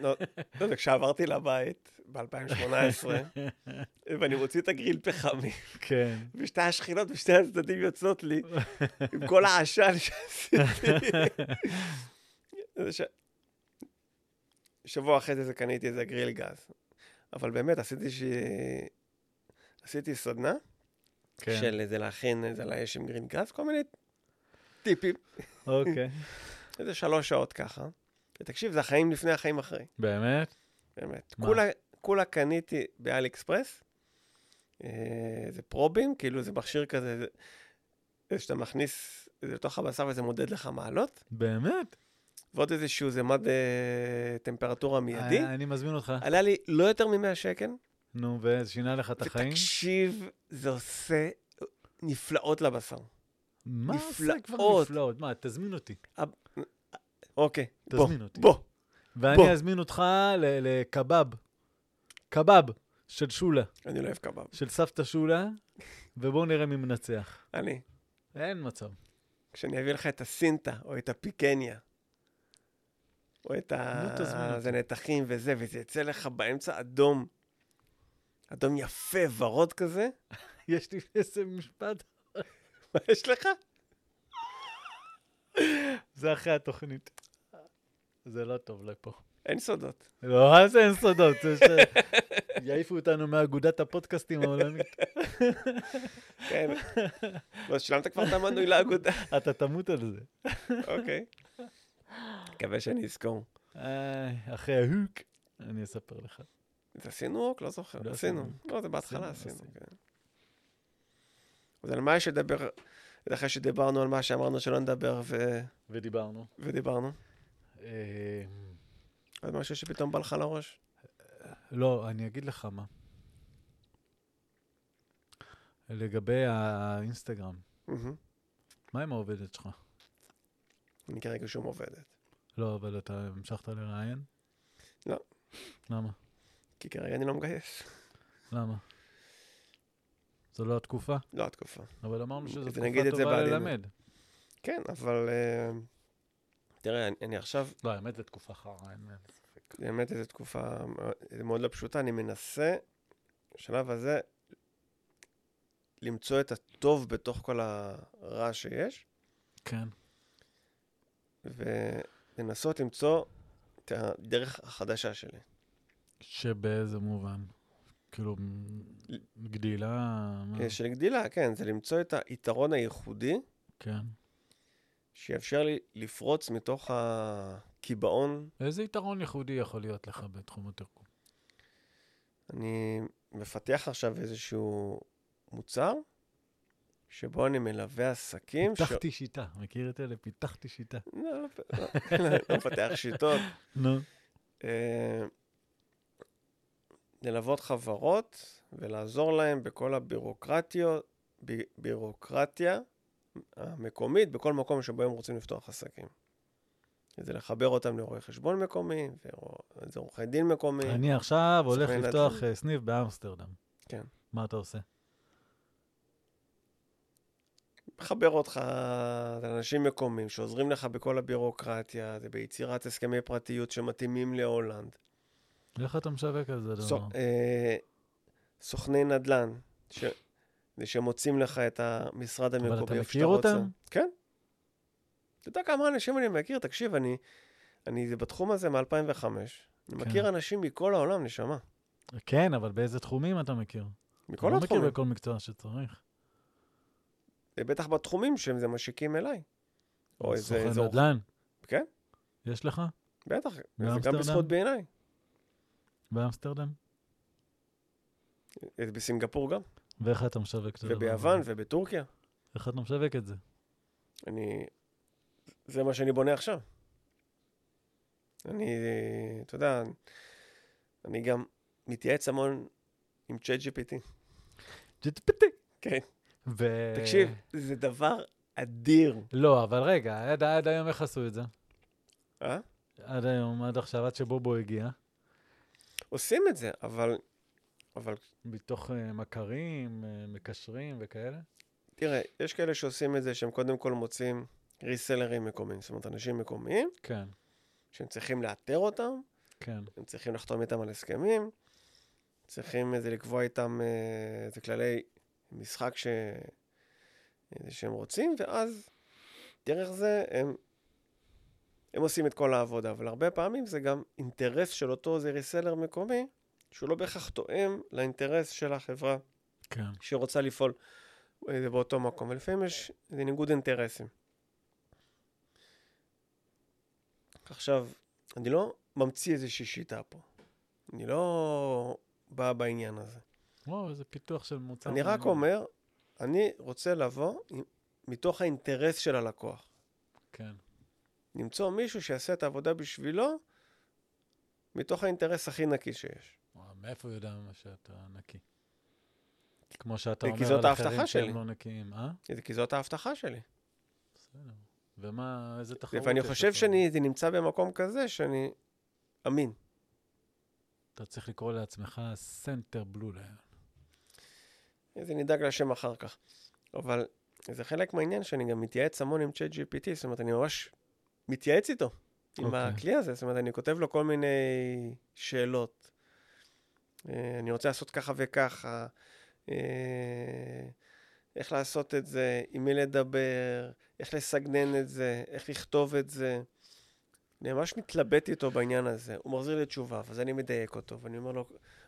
Speaker 1: לא, לא יודע, כשעברתי לבית ב-2018,
Speaker 2: *laughs*
Speaker 1: ואני מוציא את הגריל פחמי,
Speaker 2: כן.
Speaker 1: ושתי השכנות משתי הצדדים יוצאות לי, עם כל העשן שעשיתי. זה ש- שבוע אחרי זה קניתי איזה גריל גז. אבל באמת, עשיתי ש... עשיתי סדנה
Speaker 2: כן.
Speaker 1: של איזה להכין איזה לאש עם גריל גז, כל מיני טיפים.
Speaker 2: אוקיי.
Speaker 1: איזה שלוש שעות ככה. ותקשיב, זה החיים לפני, החיים אחרי.
Speaker 2: באמת?
Speaker 1: באמת.
Speaker 2: מה?
Speaker 1: כולה, כולה קניתי באלי אקספרס, אה, זה פרובים, כאילו זה מכשיר כזה, זה- זה שאתה מכניס את זה לתוך הבשר וזה מודד לך מעלות,
Speaker 2: באמת?
Speaker 1: ועוד איזשהו זה מד אה, טמפרטורה מיידי.
Speaker 2: אה, אני מזמין אותך.
Speaker 1: עלה לי לא יותר מ-100 שקל,
Speaker 2: נו, וזה שינה לך את החיים?
Speaker 1: ותקשיב, זה עושה נפלאות לבשר.
Speaker 2: מה עושה כבר
Speaker 1: נפלאות.
Speaker 2: נפלאות? מה, תזמין אותי.
Speaker 1: אוקיי, בוא,
Speaker 2: תזמין אותי.
Speaker 1: בוא. בוא.
Speaker 2: ואני אזמין אותך ל- לקבב. קבב של שולה,
Speaker 1: אני לא אוהב קבב,
Speaker 2: של סבתא שולה, ובואו נראה מי מנצח.
Speaker 1: אני.
Speaker 2: אין מצב.
Speaker 1: כשאני אביא לך את הסינטה, או את הפיקניה, או את
Speaker 2: נו, תזמין
Speaker 1: ה...
Speaker 2: אותי.
Speaker 1: זה נתחים וזה, וזה יצא לך באמצע אדום, אדום יפה, ורוד כזה, *laughs*
Speaker 2: יש לי איזה משפט,
Speaker 1: מה יש לך?
Speaker 2: זה אחרי התוכנית. זה לא טוב לפה.
Speaker 1: אין סודות.
Speaker 2: לא, אז אין סודות. זה ש- *laughs* יעיפו אותנו מאגודת הפודקאסטים העולמית.
Speaker 1: כן. לא, שילמת כבר את המנוי
Speaker 2: *laughs*
Speaker 1: לאגודה.
Speaker 2: *laughs* אתה תמות על זה.
Speaker 1: אוקיי. מקווה שאני אזכור.
Speaker 2: אה, אחרי ההוק, אני אספר לך.
Speaker 1: אז עשינו אוק? לא זוכר.
Speaker 2: לא
Speaker 1: עשינו.
Speaker 2: עשינו.
Speaker 1: לא, זה בהתחלה
Speaker 2: עשינו,
Speaker 1: עשינו. כן. אז על מה יש לדבר, אחרי שדיברנו על מה שאמרנו שלא נדבר ו-
Speaker 2: ודיברנו.
Speaker 1: ודיברנו?
Speaker 2: אה,
Speaker 1: עוד משהו שפתאום בא לך לראש?
Speaker 2: לא, אני אגיד לך מה. לגבי האינסטגרם,
Speaker 1: מהמם.
Speaker 2: מה עם העובדת שלך?
Speaker 1: אני כרגע שום עובדת.
Speaker 2: לא, אבל אתה המשכת לראיין?
Speaker 1: לא.
Speaker 2: למה?
Speaker 1: כי כרגע אני לא מגייס. *laughs*
Speaker 2: למה? זו לא התקופה,
Speaker 1: לא התקופה.
Speaker 2: אבל אמרנו שזו
Speaker 1: נגיד
Speaker 2: תקופה
Speaker 1: אוקיי, את זה
Speaker 2: טובה
Speaker 1: בעדינות.
Speaker 2: ללמד.
Speaker 1: כן, אבל... אה, תראה, אני, אני עכשיו,
Speaker 2: לא, האמת, זו תקופה חרה, אין אין ספק.
Speaker 1: באמת איזו תקופה אה, מאוד לא פשוטה, אני מנסה, בשלב הזה, למצוא את הטוב בתוך כל הרע שיש,
Speaker 2: כן.
Speaker 1: ולנסות למצוא את הדרך החדשה שלי.
Speaker 2: שבאיזה מובן? כאילו, מ- גדילה... מה?
Speaker 1: אה, של גדילה, כן, זה למצוא את היתרון הייחודי
Speaker 2: כן.
Speaker 1: שיאפשר לי לפרוץ מתוך הקיבעון.
Speaker 2: איזה יתרון ייחודי יכול להיות לך בתחום התרגום?
Speaker 1: אני מפתח עכשיו איזשהו מוצר, שבו אני מלווה עסקים. ש-
Speaker 2: פיתחתי שיטה, מכיר את אלה? פיתחתי שיטה.
Speaker 1: לא, לא, לא, לא מפתח שיטות.
Speaker 2: נו.
Speaker 1: אה, ללוות חברות ולעזור להם בכל הבירוקרטיות, ב- בירוקרטיה המקומית, בכל מקום שבו הם רוצים לפתוח עסקים. זה לחבר אותם לרואי חשבון מקומי, וזה עורכי דין מקומי.
Speaker 2: אני עכשיו הולך
Speaker 1: סוכן
Speaker 2: לפתוח
Speaker 1: נדל"ן.
Speaker 2: אה, סניף באמסטרדם.
Speaker 1: כן.
Speaker 2: מה אתה עושה?
Speaker 1: מחבר אותך לאנשים מקומיים שעוזרים לך בכל הבירוקרטיה, זה ביצירת הסכמי פרטיות שמתאימים להולנד.
Speaker 2: איך אתה משווק על זה דבר?
Speaker 1: סוכ- אה, סוכני נדל"ן, ש- זה שמוצאים לך את המשרד
Speaker 2: אבל
Speaker 1: המקומי,
Speaker 2: אתה
Speaker 1: איפה
Speaker 2: מכיר
Speaker 1: שאתה רוצה.
Speaker 2: אותם?
Speaker 1: כן. אתה יודע כמה אנשים אני מכיר? תקשיב, אני, אני בתחום הזה מ-2005. אני
Speaker 2: כן.
Speaker 1: מכיר אנשים מכל העולם, נשמה.
Speaker 2: כן, אבל באיזה תחומים אתה מכיר?
Speaker 1: מכל
Speaker 2: אתה לא
Speaker 1: התחומים. אה,
Speaker 2: מכיר בכל מקצוע שצריך.
Speaker 1: בטח בתחומים שהם זה משיקים אליי. או איזה
Speaker 2: סוכן
Speaker 1: אזור.
Speaker 2: נדל"ן.
Speaker 1: כן.
Speaker 2: יש לך?
Speaker 1: בטח, זה גם
Speaker 2: באמסטרדם?
Speaker 1: בזכות בעיניי.
Speaker 2: באמסטרדם?
Speaker 1: אה, בסינגפור גם,
Speaker 2: ואיך אתה משווק את זה? לא
Speaker 1: וביוון, ובטורקיה.
Speaker 2: איך אתה לא משווק את זה?
Speaker 1: אני... זה מה שאני בונה עכשיו. אני, אתה יודע, אני גם מתייעץ המון עם צ'אט GPT.
Speaker 2: ג'טפטי.
Speaker 1: כן.
Speaker 2: ו-
Speaker 1: תקשיב, זה דבר אדיר.
Speaker 2: לא, אבל רגע, עד, עד היום איך עשו את זה?
Speaker 1: אה?
Speaker 2: עד היום, עד עכשיו, עד שבובו הגיע.
Speaker 1: עושים את זה, אבל... אבל
Speaker 2: מתוך אה, מכרים, אה, מקשרים וכאלה.
Speaker 1: תראה, יש כאלה שעושים את זה שהם קודם כל מוצאים ריסלרים מקומיים, זאת אומרת, אנשים מקומיים,
Speaker 2: כן,
Speaker 1: שהם צריכים לאתר אותם,
Speaker 2: כן.
Speaker 1: הם צריכים לחתום איתם על הסכמים, צריכים איזה לקבוע איתם אה, איזה כללי משחק ש... איזה שהם רוצים, ואז דרך זה הם, הם עושים את כל העבודה. אבל הרבה פעמים זה גם אינטרס של אותו זה ריסלר מקומי, שהוא לא בהכרח תואם לאינטרס של החברה
Speaker 2: כן.
Speaker 1: שרוצה לפעול אה, באותו מקום. ולפעמים יש איזה ניגוד אינטרסים. עכשיו, אני לא ממציא איזושהי שיטה פה. אני לא בא בעניין הזה.
Speaker 2: וואו, איזה פיתוח של מוצר.
Speaker 1: אני רק
Speaker 2: מעניין.
Speaker 1: אומר, אני רוצה לבוא עם- מתוך האינטרס של הלקוח.
Speaker 2: כן.
Speaker 1: למצוא מישהו שיעשה את העבודה בשבילו, מתוך האינטרס הכי נקי שיש.
Speaker 2: וואו, מאיפה הוא יודע מה שאתה נקי? כמו שאתה
Speaker 1: כי
Speaker 2: אומר
Speaker 1: זאת
Speaker 2: על
Speaker 1: ההבטחה
Speaker 2: אחרים
Speaker 1: שלי.
Speaker 2: שהם לא נקיים, אה?
Speaker 1: כי זאת ההבטחה שלי.
Speaker 2: בסדר. ומה, איזה תחרות
Speaker 1: ואני
Speaker 2: יש
Speaker 1: חושב
Speaker 2: לך?
Speaker 1: שאני אני נמצא במקום כזה שאני אמין.
Speaker 2: אתה צריך לקרוא לעצמך סנטר בלולר.
Speaker 1: זה נדאג להשם אחר כך. אבל זה חלק מהעניין שאני גם מתייעץ המון עם צ'אט GPT, זאת אומרת, אני ממש מתייעץ איתו, עם
Speaker 2: אוקיי.
Speaker 1: הכלי הזה, זאת אומרת, אני כותב לו כל מיני שאלות. אה, אני רוצה לעשות ככה וככה, אה, איך לעשות את זה, עם מי לדבר, איך לסגנן את זה, איך לכתוב את זה. אני ממש מתלבט איתו בעניין הזה. הוא מחזיר לי תשובה, אז אני מדייק אותו, ואני אומר לו,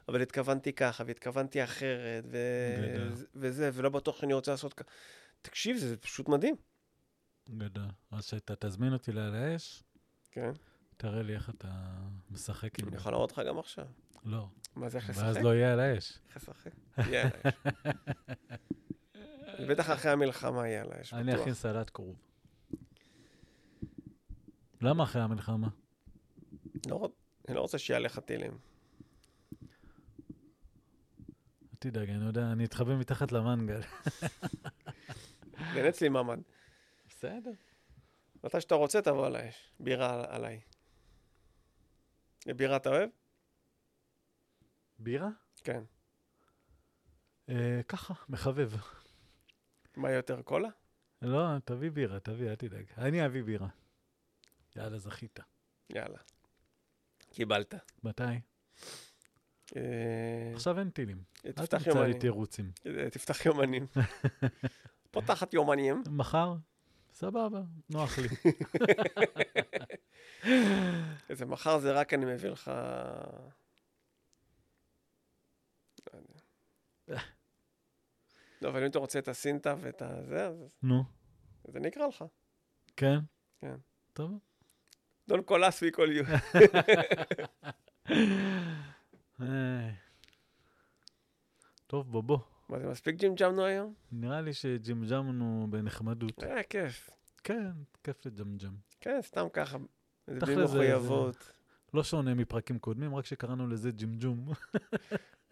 Speaker 1: אבל התכוונתי ככה, והתכוונתי אחרת, ו...
Speaker 2: גדול.
Speaker 1: וזה, ולא בטוח שאני רוצה לעשות ככה. תקשיב, זה פשוט מדהים.
Speaker 2: גדול. אז שאתה תזמין אותי לעל האש,
Speaker 1: כן.
Speaker 2: תראה לי איך אתה משחק עם
Speaker 1: אני
Speaker 2: זה.
Speaker 1: יכול להראות לך גם עכשיו.
Speaker 2: לא.
Speaker 1: מה זה, איך לשחק?
Speaker 2: ואז לא יהיה על האש.
Speaker 1: איך לשחק? יהיה על האש. בטח אחרי המלחמה יהיה על האש,
Speaker 2: אני אכין
Speaker 1: בטוח.
Speaker 2: סלט כרוב. למה אחרי המלחמה?
Speaker 1: לא רוצ- אני לא רוצה שיהיה עליך טילים.
Speaker 2: אל תדאג, אני יודע, אני אתחבא מתחת למנגל.
Speaker 1: אין אצלי מעמד.
Speaker 2: בסדר.
Speaker 1: מתי שאתה רוצה, תבוא על האש. בירה על- עליי. בירה אתה אוהב?
Speaker 2: בירה?
Speaker 1: כן.
Speaker 2: אה, ככה, מחבב.
Speaker 1: מה יותר, קולה?
Speaker 2: לא, תביא בירה, תביא, אל תדאג. אני אביא בירה. יאללה, זכית.
Speaker 1: יאללה. קיבלת.
Speaker 2: מתי?
Speaker 1: אה,
Speaker 2: עכשיו אין טילים. אל
Speaker 1: תפתח
Speaker 2: תמצא לי
Speaker 1: יומנים.
Speaker 2: תירוצים.
Speaker 1: אה, תפתח
Speaker 2: *laughs*
Speaker 1: יומנים. פותחת יומנים.
Speaker 2: מחר? סבבה, נוח
Speaker 1: *laughs*
Speaker 2: לי.
Speaker 1: איזה מחר זה רק אני מביא לך... לא יודע.
Speaker 2: *laughs*
Speaker 1: לא, אבל אם אתה רוצה את הסינטה ואת הזה, אז
Speaker 2: נו,
Speaker 1: אז אני אקרא לך.
Speaker 2: כן?
Speaker 1: כן.
Speaker 2: טוב.
Speaker 1: Don't call us, we
Speaker 2: *laughs*
Speaker 1: call you.
Speaker 2: אה. טוב, בוא, בוא.
Speaker 1: מה, זה מספיק ג'ימג'מנו היום?
Speaker 2: נראה לי שג'מג'מנו בנחמדות.
Speaker 1: היה כיף.
Speaker 2: כן, כיף לג'מג'ם.
Speaker 1: כן, סתם ככה. זה בלי
Speaker 2: תכל'ס זה-
Speaker 1: מחויבות.
Speaker 2: לא שונה מפרקים קודמים, רק שקראנו לזה ג'ימג'ום.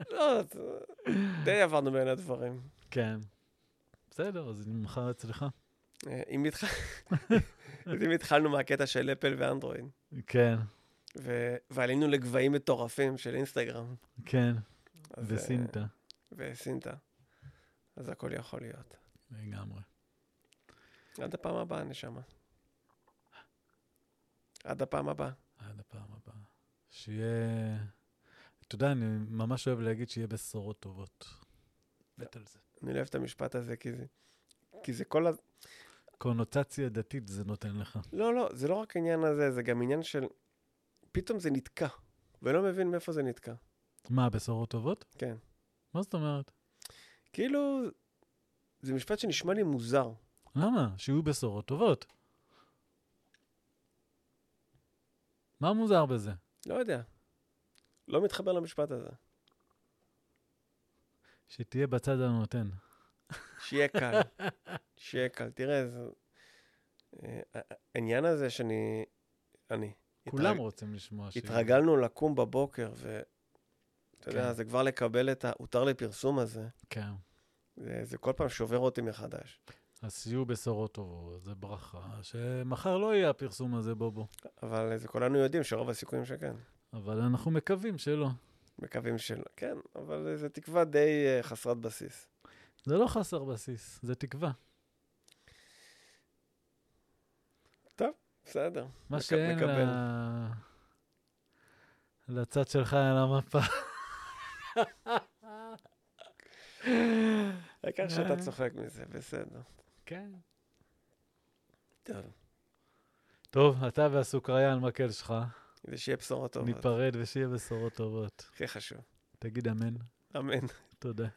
Speaker 1: לא, זה- די עברנו בין הדברים.
Speaker 2: *laughs* כן. בסדר, אז מחר אצלך.
Speaker 1: אה, אם התח-
Speaker 2: *laughs*
Speaker 1: אז אם התחלנו מהקטע של אפל ואנדרואיד,
Speaker 2: כן,
Speaker 1: ו- ועלינו לגבהים מטורפים של אינסטגרם.
Speaker 2: כן,
Speaker 1: אז, אה,
Speaker 2: וסינטה,
Speaker 1: וסינטה. אז הכל יכול להיות.
Speaker 2: לגמרי.
Speaker 1: עד הפעם הבאה, נשמה. עד הפעם הבאה.
Speaker 2: עד הפעם הבאה. שיהיה... אתה יודע, אני ממש אוהב להגיד שיהיה בשורות טובות. מת על זה.
Speaker 1: אני לא אוהב את המשפט הזה, כי זה... כי זה כל ה...
Speaker 2: קונוטציה דתית זה נותן לך.
Speaker 1: לא, לא, זה לא רק העניין הזה, זה גם עניין של... פתאום זה נתקע, ולא מבין מאיפה זה נתקע.
Speaker 2: מה, בשורות טובות?
Speaker 1: כן.
Speaker 2: מה זאת אומרת?
Speaker 1: כאילו, זה משפט שנשמע לי מוזר.
Speaker 2: למה? שיהיו בשורות טובות. מה מוזר בזה?
Speaker 1: לא יודע. לא מתחבר למשפט הזה.
Speaker 2: שתהיה בצד הנותן.
Speaker 1: שיהיה
Speaker 2: *laughs*
Speaker 1: קל. שיהיה קל. תראה, זה... אה, העניין הזה שאני... אני.
Speaker 2: כולם
Speaker 1: התרג-
Speaker 2: רוצים לשמוע ש...
Speaker 1: התרגלנו לקום בבוקר, ו... אתה
Speaker 2: כן.
Speaker 1: יודע, זה כבר לקבל את ה"הותר לפרסום" הזה.
Speaker 2: כן.
Speaker 1: זה, זה כל פעם שובר אותי מחדש.
Speaker 2: אז שיהיו בשורות טובות, זה ברכה. שמחר לא יהיה הפרסום הזה, בובו.
Speaker 1: אבל זה כולנו יודעים שרוב הסיכויים שכן.
Speaker 2: אבל אנחנו מקווים שלא.
Speaker 1: מקווים שלא. כן, אבל זו תקווה די אה, חסרת בסיס.
Speaker 2: זה לא חסר בסיס, זה תקווה.
Speaker 1: בסדר.
Speaker 2: מה
Speaker 1: מק-
Speaker 2: שאין
Speaker 1: מקבל.
Speaker 2: ל- לצד שלך על המפה.
Speaker 1: העיקר שאתה
Speaker 2: אה.
Speaker 1: צוחק מזה, בסדר.
Speaker 2: כן.
Speaker 1: טוב.
Speaker 2: טוב, אתה והסוכריה על מקל שלך,
Speaker 1: כדי שיהיה בשורות טובות.
Speaker 2: ניפרד ושיהיה בשורות טובות.
Speaker 1: הכי חשוב.
Speaker 2: תגיד אמן.
Speaker 1: אמן.
Speaker 2: תודה.